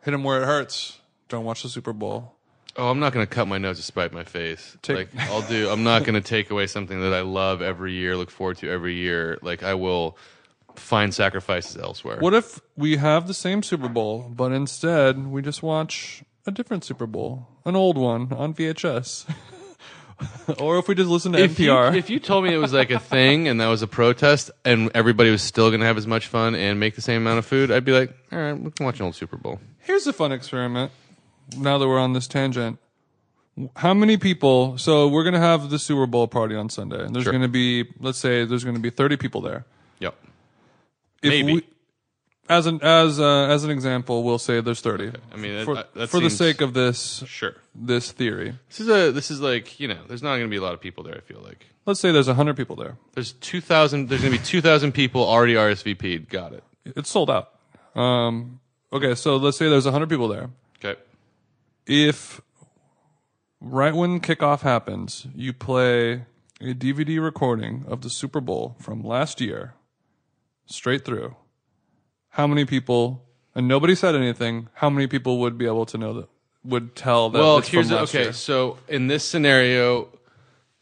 Speaker 3: Hit him where it hurts. Don't watch the Super Bowl.
Speaker 4: oh, I'm not gonna cut my nose to spite my face.
Speaker 3: Take-
Speaker 4: like I'll do. I'm not gonna take away something that I love every year, look forward to every year. Like I will find sacrifices elsewhere.
Speaker 3: What if we have the same Super Bowl, but instead we just watch a different Super Bowl, an old one on VHS? *laughs* or if we just listen to
Speaker 4: if you,
Speaker 3: NPR.
Speaker 4: if you told me it was like a thing and that was a protest and everybody was still going to have as much fun and make the same amount of food, I'd be like, all right, we can watch an old Super Bowl.
Speaker 3: Here's a fun experiment. Now that we're on this tangent, how many people? So we're gonna have the Super Bowl party on Sunday, and there's
Speaker 4: Sure.
Speaker 3: gonna be, let's say, there's gonna be 30 people there.
Speaker 4: Yep.
Speaker 3: If
Speaker 4: Maybe.
Speaker 3: as an as uh, as an example, we'll say there's 30.
Speaker 4: I mean, that-
Speaker 3: for,
Speaker 4: that- that
Speaker 3: for the
Speaker 4: seems-
Speaker 3: sake of this
Speaker 4: Sure.
Speaker 3: this theory,
Speaker 4: This is a this is like, you know, there's not going to be a lot of people there, I feel like.
Speaker 3: let's say there's 100 people there.
Speaker 4: There's 2,000 there's going to be 2,000 people already RSVP'd. Got it.
Speaker 3: It's sold out. Um, okay, so let's say there's 100 people there.
Speaker 4: Okay.
Speaker 3: if right when kickoff happens, you play a DVD recording of the Super Bowl from last year straight through, how many people, and nobody said anything, how many people would be able to know that, would tell that
Speaker 4: Well,
Speaker 3: it's
Speaker 4: here's
Speaker 3: from
Speaker 4: the,
Speaker 3: last
Speaker 4: okay.
Speaker 3: year?
Speaker 4: So in this scenario,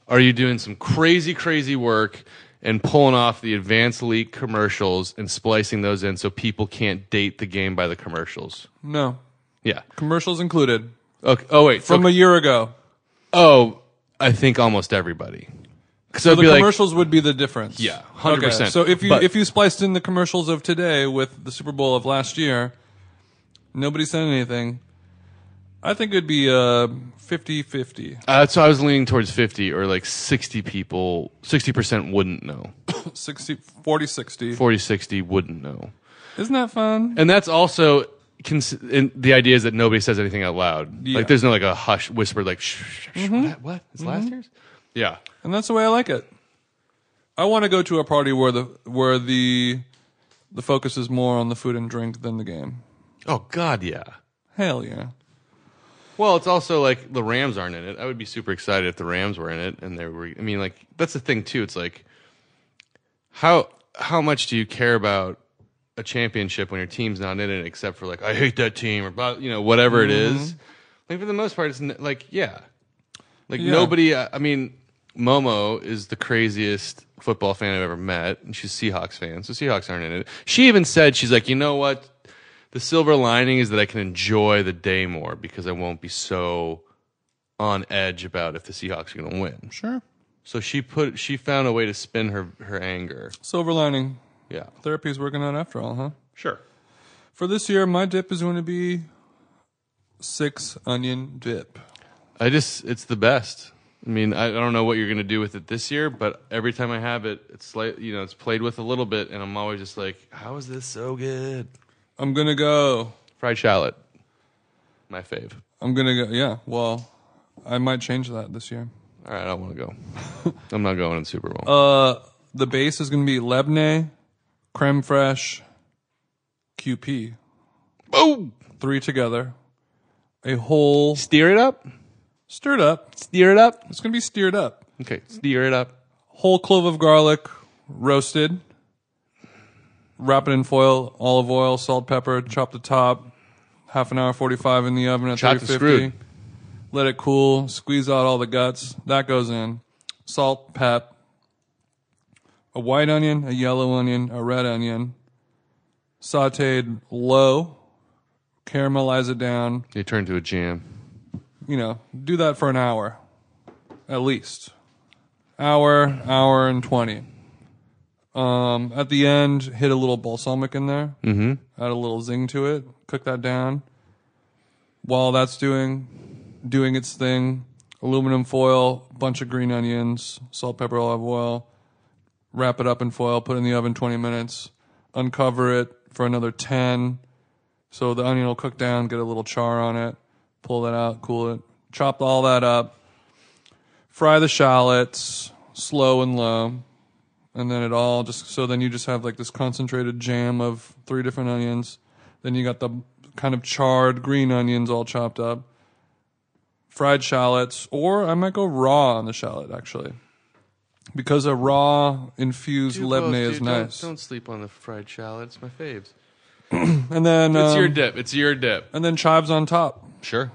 Speaker 4: are you doing some crazy, crazy work and pulling off the advanced leak commercials and splicing those in so people can't date the game by the commercials?
Speaker 3: No.
Speaker 4: Yeah.
Speaker 3: Commercials included.
Speaker 4: Okay. Oh wait.
Speaker 3: From
Speaker 4: okay.
Speaker 3: a year ago.
Speaker 4: oh, I think almost everybody. So
Speaker 3: The
Speaker 4: it'd be like
Speaker 3: commercials would be the difference.
Speaker 4: Yeah, 100%.
Speaker 3: Okay, So if you
Speaker 4: But-
Speaker 3: if you spliced in the commercials of today with the Super Bowl of last year, nobody said anything. I think it'd be uh 50-50.
Speaker 4: uh, so I was leaning towards fifty or like sixty people. Sixty percent wouldn't know.
Speaker 3: 60 40 60.
Speaker 4: 40, 60 wouldn't know.
Speaker 3: Isn't that fun?
Speaker 4: And that's also cons- and the idea is that nobody says anything out loud.
Speaker 3: Yeah.
Speaker 4: Like there's no like a hush whispered like shh, shh, shh, what? what? It's last year's? Yeah.
Speaker 3: And that's the way I like it. I want to go to a party where the where the the focus is more on the food and drink than the game.
Speaker 4: Oh god, yeah.
Speaker 3: Hell yeah.
Speaker 4: Well, it's also like the Rams aren't in it. I would be super excited if the Rams were in it and they were I mean like that's the thing too. It's like how how much do you care about a championship when your team's not in it except for like I hate that team or blah, you know whatever it is.
Speaker 3: Mm-hmm.
Speaker 4: Like for the most part it's n- like yeah. Like
Speaker 3: Yeah.
Speaker 4: nobody uh, I I mean Momo is the craziest football fan I've ever met and she's a Seahawks fan. So Seahawks aren't in it. She even said she's like, "You know what? The silver lining is that I can enjoy the day more because I won't be so on edge about if the Seahawks are going to win."
Speaker 3: Sure.
Speaker 4: So she put she found a way to spin her her anger.
Speaker 3: Silver lining.
Speaker 4: Yeah.
Speaker 3: Therapy's working out after all, huh?
Speaker 4: Sure.
Speaker 3: For this year, my dip is going to be six onion dip.
Speaker 4: I just it's the best. I mean, I, I don't know what you're gonna do with it this year, but every time I have it, it's like you know, it's played with a little bit, and I'm always just like, how is this so good?
Speaker 3: I'm gonna go.
Speaker 4: Fried shallot, my fave.
Speaker 3: I'm gonna go. Yeah. Well, I might change that this year.
Speaker 4: All right, I don't want *laughs* to go. I'm not going in the Super Bowl.
Speaker 3: Uh, the base is gonna be Lebne, creme fraiche, QP,
Speaker 4: Boom!
Speaker 3: three together. A whole
Speaker 4: Steer it up.
Speaker 3: stirred up.
Speaker 4: Steer it up.
Speaker 3: It's gonna be steered up.
Speaker 4: Okay, steer it up.
Speaker 3: Whole clove of garlic, roasted. Wrap it in foil, olive oil, salt, pepper. Chop the top. Half an hour, forty-five in the oven at
Speaker 4: Chopped and
Speaker 3: 350.
Speaker 4: screwed.
Speaker 3: let it cool, squeeze out all the guts. That goes in. Salt, pep, a white onion, a yellow onion, a red onion. Sauteed low, caramelize it down.
Speaker 4: They turned to a jam.
Speaker 3: You know, do that for an hour at least. Hour, hour and 20. Um, at the end, hit a little balsamic in there. Mm-hmm. Add a little zing to it. Cook that down. While that's doing, doing its thing, aluminum foil, bunch of green onions, salt, pepper, olive oil. Wrap it up in foil. Put it in the oven 20 minutes. Uncover it for another 10. So the onion will cook down, get a little char on it. Pull that out, cool it. Chop all that up fry the shallots slow and low, and then it all just so then you just have like this concentrated jam of three different onions. Then you got the kind of charred green onions all chopped up, fried shallots, or I might go raw on the shallot actually, because a raw infused
Speaker 4: Do
Speaker 3: lebanese
Speaker 4: both,
Speaker 3: is
Speaker 4: dude. Don't-
Speaker 3: nice.
Speaker 4: Don't, sleep on the fried shallot. It's my faves.
Speaker 3: And then
Speaker 4: It's
Speaker 3: um,
Speaker 4: your dip. It's your dip.
Speaker 3: and then chives on top.
Speaker 4: Sure.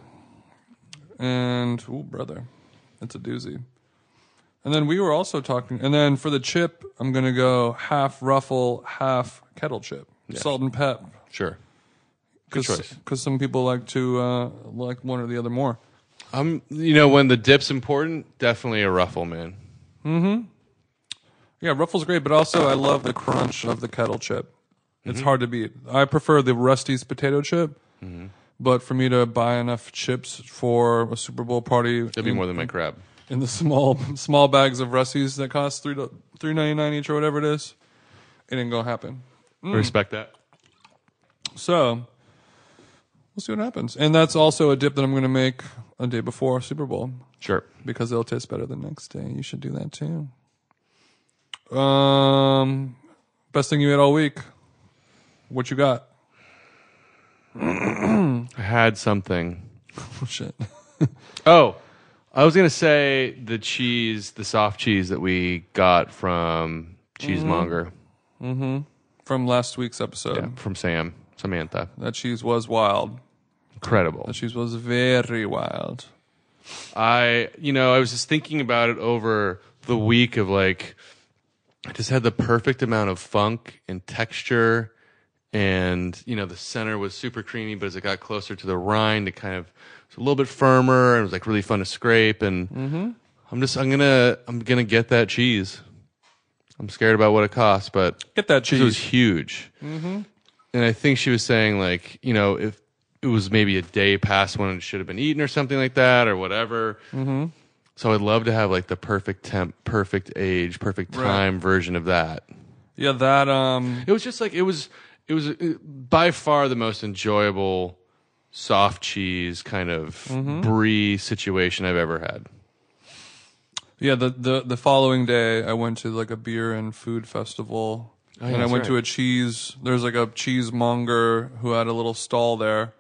Speaker 3: and ooh, brother, it's a doozy. And then we were also talking. And then for the chip, I'm gonna go half ruffle, half kettle chip, salt and pep,
Speaker 4: Sure. Good choice.
Speaker 3: because some people like to uh, like one or the other more.
Speaker 4: I'm. You know, when the dip's important, definitely a ruffle, man.
Speaker 3: Yeah, ruffle's great, but also I love the crunch of the kettle chip. It's
Speaker 4: Mm-hmm.
Speaker 3: hard to beat. I prefer the Rusty's potato chip,
Speaker 4: Mm-hmm.
Speaker 3: but for me to buy enough chips for a Super Bowl party,
Speaker 4: It'd be more than my crab.
Speaker 3: in the small small bags of Rusty's that cost three three ninety nine each or whatever it is. It didn't go happen.
Speaker 4: Mm. Respect that.
Speaker 3: So we'll see what happens. And that's also a dip that I'm going to make a day before Super Bowl
Speaker 4: Sure.
Speaker 3: because it'll taste better the next day. You should do that too. Um, best thing you ate all week. What you got?
Speaker 4: I had something.
Speaker 3: Oh, *laughs* shit.
Speaker 4: Oh, I was gonna say the cheese, the soft cheese that we got from Cheesemonger
Speaker 3: From last week's episode,
Speaker 4: yeah, from Sam Samantha.
Speaker 3: that cheese was wild.
Speaker 4: Incredible.
Speaker 3: That cheese was very wild.
Speaker 4: I, you know, I was just thinking about it over the week of like, I just had the perfect amount of funk and texture. And, you know, the center was super creamy, but as it got closer to the rind, it kind of was a little bit firmer and it was like really fun to scrape. And I'm just, I'm going to, I'm going to get that cheese. I'm scared about what it costs, but
Speaker 3: Get that
Speaker 4: it was
Speaker 3: cheese.
Speaker 4: huge. And I think she was saying like, you know, if it was maybe a day past when it should have been eaten or something like that or whatever. So I'd love to have like the perfect temp, perfect age, perfect
Speaker 3: Right.
Speaker 4: time version of that.
Speaker 3: Yeah, that um
Speaker 4: It was just like it was it was uh, by far the most enjoyable soft cheese kind of brie situation I've ever had.
Speaker 3: Yeah, the, the the following day, I went to like a beer and food festival,
Speaker 4: Oh, yeah,
Speaker 3: and I
Speaker 4: that's
Speaker 3: went to
Speaker 4: right.
Speaker 3: a cheese. There's like a cheesemonger who had a little stall there,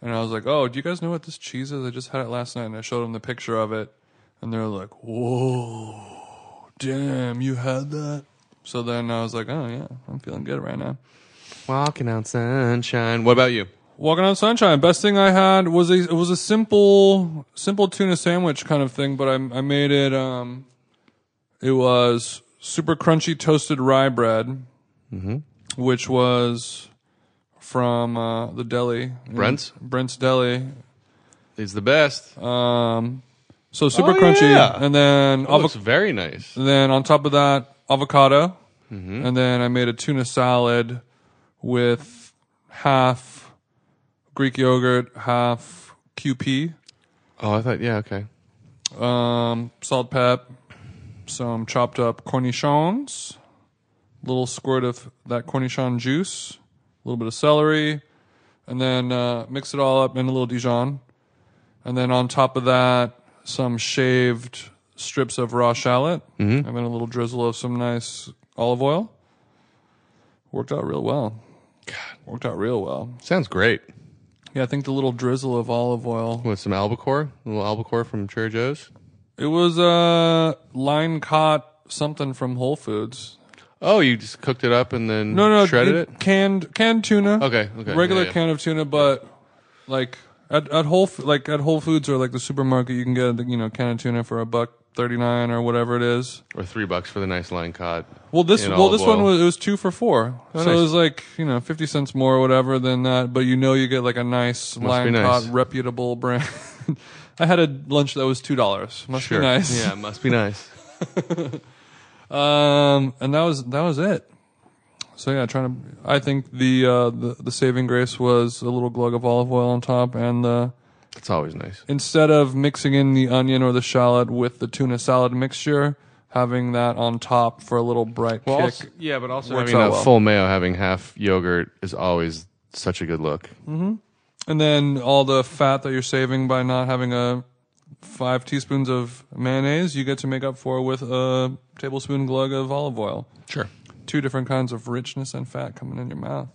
Speaker 3: and I was like, "Oh, do you guys know what this cheese is? I just had it last night." And I showed them the picture of it, and they're like, "Whoa, damn, you had that!" So then I was like, "Oh yeah, I'm feeling good right now."
Speaker 4: Walking out sunshine. What about you?
Speaker 3: Walking on sunshine. Best thing I had was a it was a simple simple tuna sandwich kind of thing, but I I made it. Um, it was super crunchy toasted rye bread,
Speaker 4: Mm-hmm.
Speaker 3: which was from uh, the deli
Speaker 4: Brent's?
Speaker 3: Brent's deli.
Speaker 4: He's the best.
Speaker 3: Um, so super
Speaker 4: Oh,
Speaker 3: crunchy,
Speaker 4: yeah.
Speaker 3: and then
Speaker 4: oh,
Speaker 3: avo-
Speaker 4: it's very nice.
Speaker 3: and then on top of that avocado,
Speaker 4: Mm-hmm.
Speaker 3: and then I made a tuna salad with half Greek yogurt, half QP,
Speaker 4: Oh, I thought yeah, okay.
Speaker 3: um, salt, pep, some chopped up cornichons, little squirt of that cornichon juice, a little bit of celery, and then uh, mix it all up in a little Dijon, and then on top of that some shaved strips of raw shallot, and then a little drizzle of some nice olive oil. Worked out real well. God, worked out real well.
Speaker 4: Sounds great.
Speaker 3: Yeah, I think the little drizzle of olive oil
Speaker 4: With some albacore, a little albacore from Trader Joe's.
Speaker 3: It was uh line caught something from Whole Foods.
Speaker 4: Oh, you just cooked it up and then
Speaker 3: No, no,
Speaker 4: shredded it.
Speaker 3: canned canned tuna.
Speaker 4: Okay, okay,
Speaker 3: regular
Speaker 4: yeah, yeah.
Speaker 3: can of tuna, but like at at Whole F- like at Whole Foods or like the supermarket, you can get you know can of tuna for a buck thirty nine or whatever it is.
Speaker 4: Or three bucks for the nice line cod.
Speaker 3: Well, this
Speaker 4: In
Speaker 3: well
Speaker 4: olive
Speaker 3: this one
Speaker 4: oil.
Speaker 3: was it was two for four, so
Speaker 4: nice.
Speaker 3: it was like you know fifty cents more or whatever than that. But you know you get like a nice line
Speaker 4: nice.
Speaker 3: caught reputable brand. *laughs* I had a lunch that was two dollars. Must be nice.
Speaker 4: Yeah, it must be nice.
Speaker 3: Um, and that was that was it. So yeah, trying to. I think the uh, the, the saving grace was a little glug of olive oil on top, and the
Speaker 4: It's always nice.
Speaker 3: instead of mixing in the onion or the shallot with the tuna salad mixture, having that on top for a little bright kick.
Speaker 4: yeah, but also
Speaker 3: works
Speaker 4: having
Speaker 3: out
Speaker 4: a
Speaker 3: well.
Speaker 4: full mayo, having half yogurt is always such a good look.
Speaker 3: and then all the fat that you're saving by not having a five teaspoons of mayonnaise, you get to make up for with a tablespoon glug of olive oil.
Speaker 4: Sure.
Speaker 3: Two different kinds of richness and fat coming in your mouth.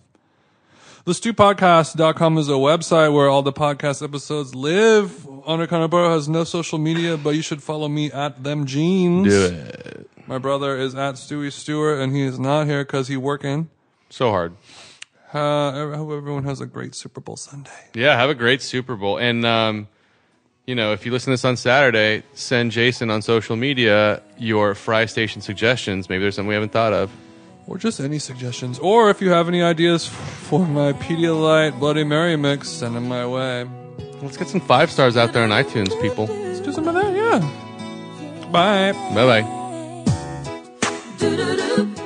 Speaker 3: TheStewPodcast.com is a website where all the podcast episodes live. Undercover Burrow has no social media, but you should follow me at them jeans.
Speaker 4: Do it.
Speaker 3: My brother is at Stewie Stewart, and he is not here because he working.
Speaker 4: So hard.
Speaker 3: Uh, I hope everyone has a great Super Bowl Sunday.
Speaker 4: Yeah, have a great Super Bowl. And, um, you know, if you listen to this on Saturday, send Jason on social media your Fry Station suggestions. Maybe there's something we haven't thought of.
Speaker 3: or just any suggestions, or if you have any ideas f- for my Pedialyte Bloody Mary mix, send them my way.
Speaker 4: Let's get some five stars out there on iTunes, people.
Speaker 3: Let's do some of that, yeah. Bye.
Speaker 4: Bye bye.
Speaker 5: Do do do.